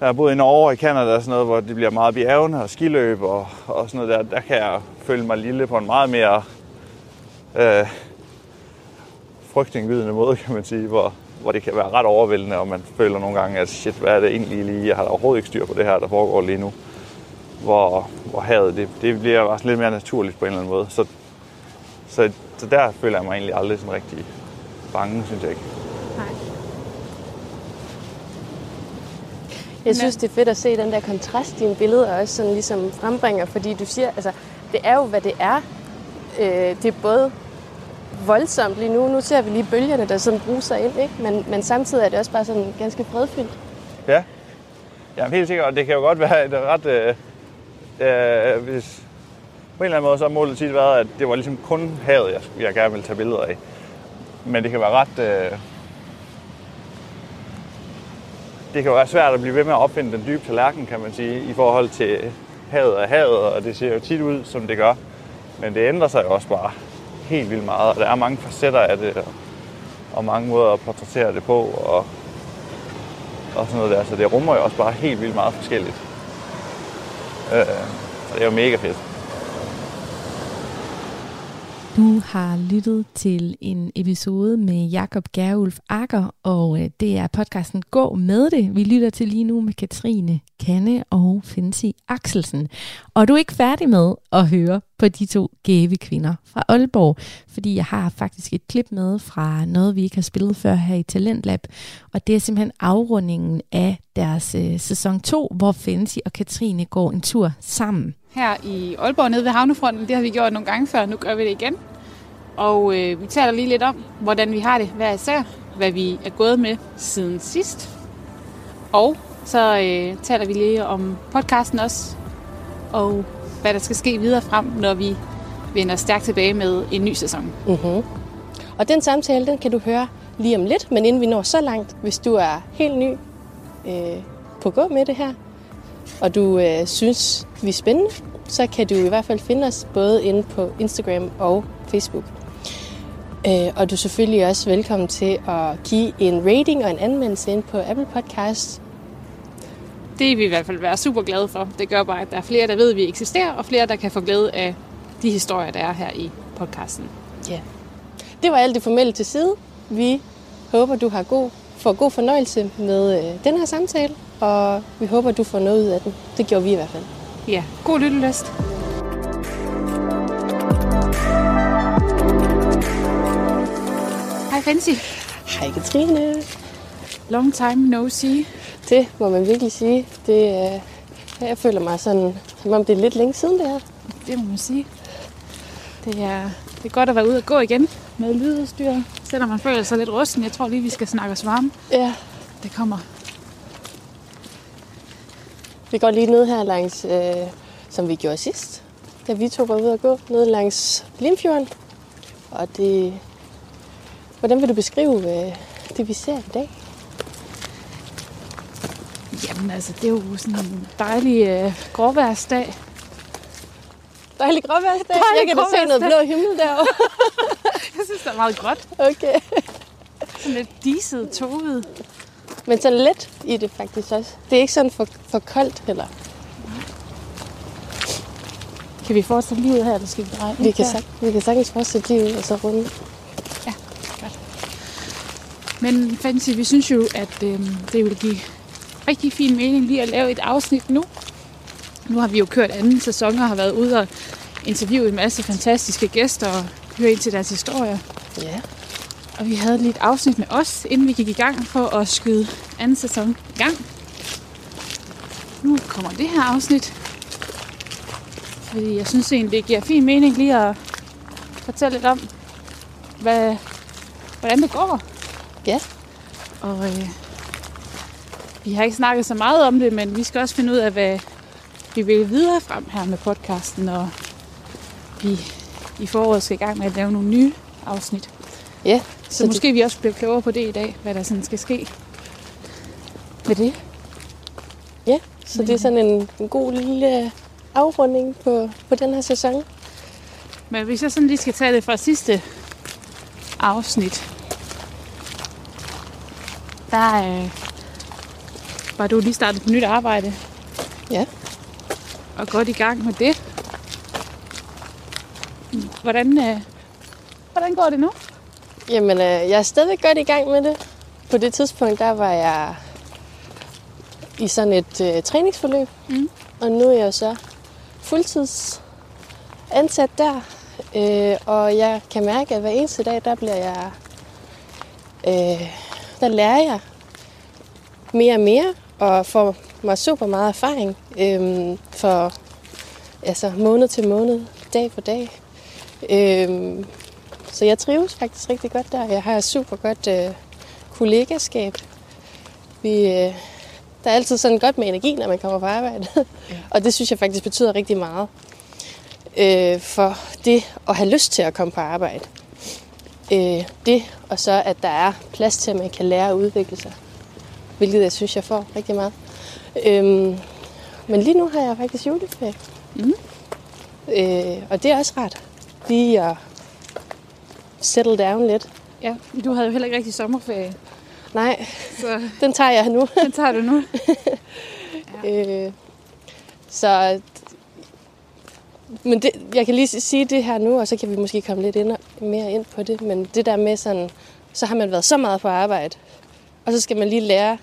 S12: Jeg har boet i Norge og i Kanada og sådan noget, hvor det bliver meget bjergene og skiløb og, og sådan noget der. Der kan jeg føle mig lille på en meget mere øh, frygtindgydende måde, kan man sige. Hvor, hvor det kan være ret overvældende, og man føler nogle gange, at shit, hvad er det egentlig lige? Jeg har da overhovedet ikke styr på det her, der foregår lige nu hvor, hvor havet det, det bliver også lidt mere naturligt på en eller anden måde. Så, så, så der føler jeg mig egentlig aldrig sådan rigtig bange, synes jeg ikke.
S13: Jeg synes, det er fedt at se den der kontrast, dine billeder også sådan ligesom frembringer, fordi du siger, altså, det er jo, hvad det er. Øh, det er både voldsomt lige nu. Nu ser vi lige bølgerne, der sådan bruser ind, ikke? Men, men samtidig er det også bare sådan ganske fredfyldt.
S12: Ja. Jamen helt sikkert, og det kan jo godt være et ret... Øh, øh, hvis, på en eller anden måde så har målet tit været, at det var ligesom kun havet, jeg, jeg gerne ville tage billeder af. Men det kan være ret... Øh, det kan jo være svært at blive ved med at opfinde den dybe tallerken, kan man sige, i forhold til havet og havet, og det ser jo tit ud, som det gør. Men det ændrer sig jo også bare helt vildt meget, og der er mange facetter af det. Og og mange måder at portrættere det på, og, og sådan noget der. Så det rummer jo også bare helt vildt meget forskelligt. Øh, så det er jo mega fedt.
S1: Du har lyttet til en episode med Jakob Gerulf Akker, og øh, det er podcasten Gå med det. Vi lytter til lige nu med Katrine Kanne og Finsi Axelsen. Og du er ikke færdig med at høre på de to gave kvinder fra Aalborg, fordi jeg har faktisk et klip med fra noget, vi ikke har spillet før her i Talentlab, og det er simpelthen afrundingen af deres øh, sæson 2, hvor Finsi og Katrine går en tur sammen.
S11: her i Aalborg nede ved havnefronten. Det har vi gjort nogle gange før, nu gør vi det igen. Og øh, vi taler lige lidt om, hvordan vi har det hver især, hvad vi er gået med siden sidst. Og så øh, taler vi lige om podcasten også, og hvad der skal ske videre frem, når vi vender stærkt tilbage med en ny sæson.
S13: Uh-huh. Og den samtale, den kan du høre lige om lidt, men inden vi når så langt, hvis du er helt ny øh, på gå med det her, og du øh, synes, vi er spændende, så kan du i hvert fald finde os både inde på Instagram og Facebook. Øh, og du er selvfølgelig også velkommen til at give en rating og en anmeldelse ind på Apple Podcasts,
S11: Det er vi i hvert fald være super glade for. Det gør bare, at der er flere, der ved, at vi eksisterer, og flere, der kan få glæde af de historier, der er her i podcasten.
S13: Ja. Det var alt det formelle til side. Vi håber, du har god, får god fornøjelse med øh, den her samtale, og vi håber, du får noget ud af den. Det gjorde vi i hvert fald.
S11: Ja, god lyttelyst. Hej Fancy.
S13: Hej Katrine.
S11: Long time no see.
S13: Det må man virkelig sige. Det, øh, jeg føler mig sådan, som om det er lidt længe siden det her.
S11: Det må man sige. Det er, det er godt at være ude og gå igen med lydudstyr, selvom man føler sig lidt rusten. Jeg tror lige, vi skal snakke os varme.
S13: Ja.
S11: Det kommer.
S13: Vi går lige ned her langs, øh, som vi gjorde sidst, da vi to var ude at gå, ned langs Limfjorden. Og det... Hvordan vil du beskrive øh, det, vi ser i dag?
S11: Jamen altså, det er jo sådan en dejlig øh, gråværsdag.
S13: Dejlig gråværsdag.
S11: Dejlig
S13: Jeg kan da se noget blå himmel derovre.
S11: jeg synes, det er meget gråt.
S13: Okay.
S11: Sådan lidt diset, toget.
S13: Men sådan let i det faktisk også. Det er ikke sådan for, for koldt heller.
S11: Kan vi fortsætte lige ud her, eller skal vi dreje?
S13: Vi kan, sag, vi kan sagtens fortsætte lige ud og så runde.
S11: Men Fancy, vi synes jo, at øh, det vil give rigtig fin mening lige at lave et afsnit nu. Nu har vi jo kørt anden sæson og har været ude og interviewe en masse fantastiske gæster og høre ind til deres historier.
S13: Ja.
S11: Og vi havde lige et afsnit med os, inden vi gik i gang for at skyde anden sæson i gang. Nu kommer det her afsnit. Fordi jeg synes egentlig, det giver fin mening lige at fortælle lidt om, hvad, hvordan det går.
S13: Ja.
S11: Og øh, vi har ikke snakket så meget om det, men vi skal også finde ud af, hvad vi vil videre frem her med podcasten, og vi i foråret skal i gang med at lave nogle nye afsnit.
S13: Ja.
S11: Så, så måske det... vi også bliver klogere på det i dag, hvad der sådan skal ske med det.
S13: Ja, så det er sådan en, en god lille afrunding på, på den her sæson.
S11: Men hvis jeg sådan lige skal tage det fra sidste afsnit, der øh, var du lige startet på nyt arbejde.
S13: Ja.
S11: Og godt i gang med det. Hvordan, øh, hvordan går det nu?
S13: Jamen, øh, jeg er stadig godt i gang med det. På det tidspunkt, der var jeg i sådan et øh, træningsforløb.
S11: Mm.
S13: Og nu er jeg jo så fuldtids ansat der. Øh, og jeg kan mærke, at hver eneste dag, der bliver jeg... Øh, der lærer jeg mere og mere, og får mig super meget erfaring øh, for altså, måned til måned, dag for dag. Øh, så jeg trives faktisk rigtig godt der. Jeg har et super godt øh, kollegaskab. Vi, øh, der er altid sådan godt med energi, når man kommer på arbejde. Ja. og det synes jeg faktisk betyder rigtig meget. Øh, for det at have lyst til at komme på arbejde. Øh, det, og så at der er plads til, at man kan lære og udvikle sig. Hvilket jeg synes, jeg får rigtig meget. Øhm, men lige nu har jeg faktisk juleferie.
S11: Mm.
S13: Øh, og det er også rart. Lige at settle down lidt.
S11: Ja, du havde jo heller ikke rigtig sommerferie.
S13: Nej,
S11: Så
S13: den tager jeg nu.
S11: den tager du nu.
S13: Øh, så, men det, jeg kan lige sige det her nu, og så kan vi måske komme lidt ind, mere ind på det. Men det der med sådan, så har man været så meget på arbejde, og så skal man lige lære,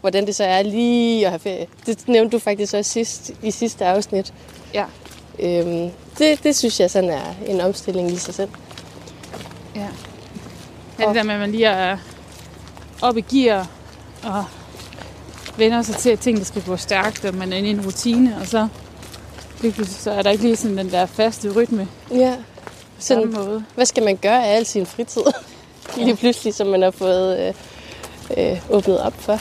S13: hvordan det så er lige at have ferie. Det nævnte du faktisk også sidst, i sidste afsnit.
S11: Ja.
S13: Øhm, det, det synes jeg sådan er en omstilling i sig selv.
S11: Ja. Ja, det der med, at man lige er op i gear og vender sig til, at tingene skal gå stærkt, og man er inde i en rutine, og så lige pludselig så er der ikke lige sådan den der faste rytme.
S13: Ja. Sådan,
S11: samme måde.
S13: Hvad skal man gøre af al sin fritid? Lige
S11: Ja.
S13: pludselig, som man har fået øh, øh, åbnet op for.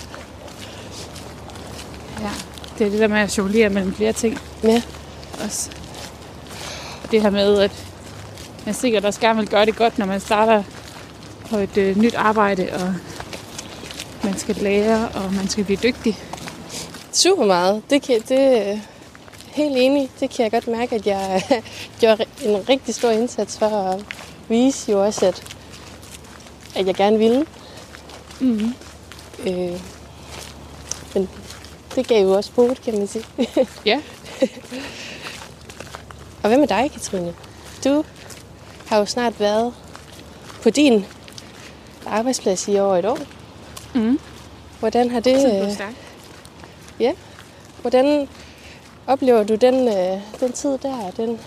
S11: Ja. Det er det der med at jonglere mellem flere ting.
S13: Ja.
S11: Også. Og det her med, at man sikkert også gerne vil gøre det godt, når man starter på et øh, nyt arbejde, og man skal lære, og man skal blive dygtig.
S13: Super meget. Det, kan, det øh, helt enig. Det kan jeg godt mærke, at jeg gjorde en rigtig stor indsats for at vise jo også, at, at jeg gerne ville.
S11: Mm-hmm.
S13: Øh, men det gav jo også pote, kan man sige.
S11: ja.
S13: Og hvad med dig, Katrine? Du har jo snart været på din arbejdsplads i over et år.
S11: Mm.
S13: Hvordan har det...
S11: Tiden går
S13: øh,
S11: stærkt.
S13: Ja. Hvordan oplever du den, øh, den tid der, og den,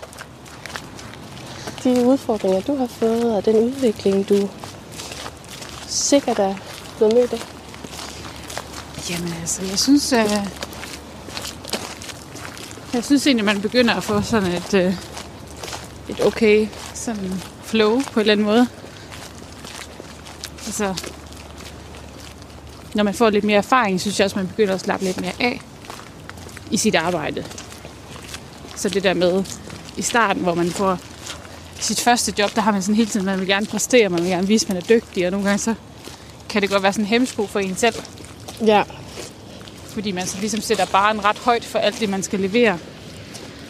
S13: de udfordringer, du har fået, og den udvikling, du sikkert er blevet mødt af?
S11: Jamen altså, jeg synes, øh, jeg synes egentlig, man begynder at få sådan et, øh, et okay sådan flow på en eller anden måde. Altså, når man får lidt mere erfaring, synes jeg også, man begynder at slappe lidt mere af i sit arbejde. Så det der med i starten, hvor man får sit første job, der har man sådan hele tiden, man vil gerne præstere, man vil gerne vise, man er dygtig, og nogle gange så kan det godt være sådan en hemmesko for en selv.
S13: Ja.
S11: Fordi man så ligesom sætter baren ret højt for alt det, man skal levere.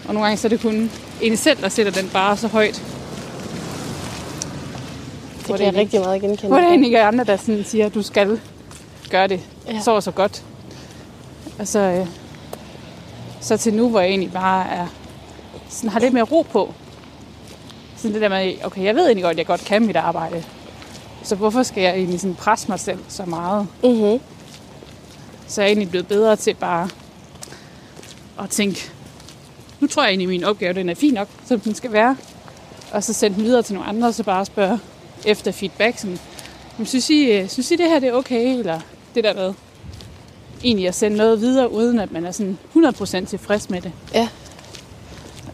S11: Og nogle gange så er det kun en selv, der sætter den bare så højt.
S13: Det kan jeg rigtig meget genkende.
S11: Hvor der egentlig ikke er andre, der sådan siger, at du skal gøre det
S13: Ja.
S11: ja. så og så godt. Og så, øh, så til nu, hvor jeg egentlig bare er, sådan, har lidt mere ro på. Sådan det der med, okay, jeg ved egentlig godt, at jeg godt kan mit arbejde. Så hvorfor skal jeg egentlig sådan presse mig selv så meget?
S13: Mm-hmm.
S11: Så jeg er egentlig blevet bedre til bare at tænke, nu tror jeg egentlig, at min opgave den er fin nok, som den skal være. Og så sende den videre til nogle andre, og så bare spørge efter feedback. Sådan, "Men synes, I, øh, synes I, det her det er okay? Eller det der med egentlig at sende noget videre, uden at man er sådan 100% tilfreds med det.
S13: Ja.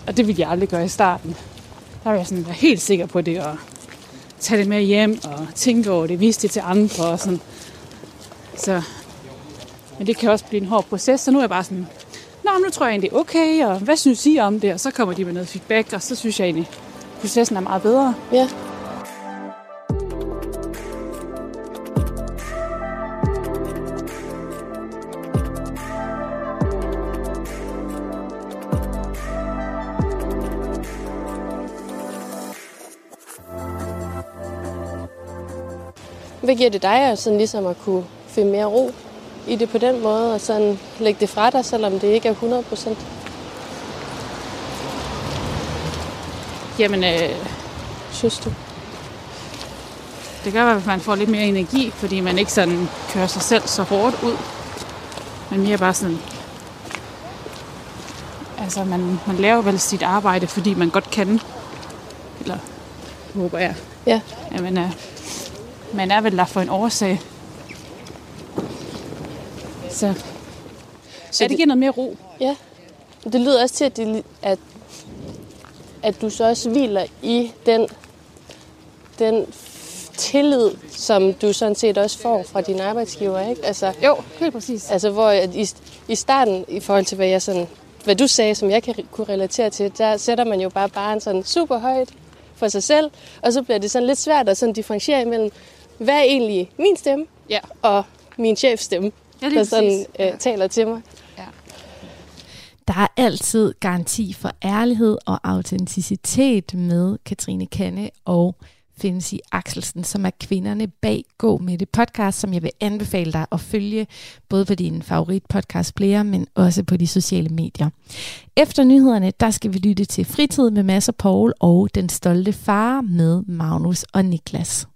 S11: Og det ville jeg aldrig gøre i starten. Der var jeg sådan være helt sikker på det, og tage det med hjem, og tænke over det, vise det til andre og sådan. Så men det kan også blive en hård proces, så nu er jeg bare sådan, Nå, men nu tror jeg egentlig, det er okay, og hvad synes I om det? Og så kommer de med noget feedback, og så synes jeg egentlig, processen er meget bedre.
S13: Ja. Hvad giver det dig at sådan ligesom at kunne finde mere ro i det på den måde, og sådan lægge det fra dig, selvom det ikke er 100 procent?
S11: Jamen, øh,
S13: synes du?
S11: Det gør, at man får lidt mere energi, fordi man ikke sådan kører sig selv så hårdt ud. Men mere bare sådan... Altså, man, man laver vel sit arbejde, fordi man godt kan. Eller, håber jeg.
S13: Ja.
S11: At man er, man er vel der for en årsag. Så, så ja, det giver noget mere ro.
S13: Ja. Det lyder også til, at, det, li- at, at du så også hviler i den, den f- tillid, som du sådan set også får fra din arbejdsgiver, ikke? Altså,
S11: jo, helt præcis.
S13: Altså, hvor at i, i starten, i forhold til hvad, jeg sådan, hvad du sagde, øh, som jeg kan re- kunne relatere til, der sætter man jo bare bare en sådan super højt for sig selv, og så bliver det sådan lidt svært at sådan differentiere imellem, hvad er egentlig min stemme,
S11: ja.
S13: og min chefs stemme,
S11: Ja, lige
S13: der sådan
S11: præcis.
S13: øh, taler til mig.
S1: Der er altid garanti for ærlighed og autenticitet med Katrine Kanne og findes i Axelsen, som er kvinderne bag Gå med det podcast, som jeg vil anbefale dig at følge, både på din favorit podcast player, men også på de sociale medier. Efter nyhederne, der skal vi lytte til fritid med Mads og Paul og den stolte far med Magnus og Niklas.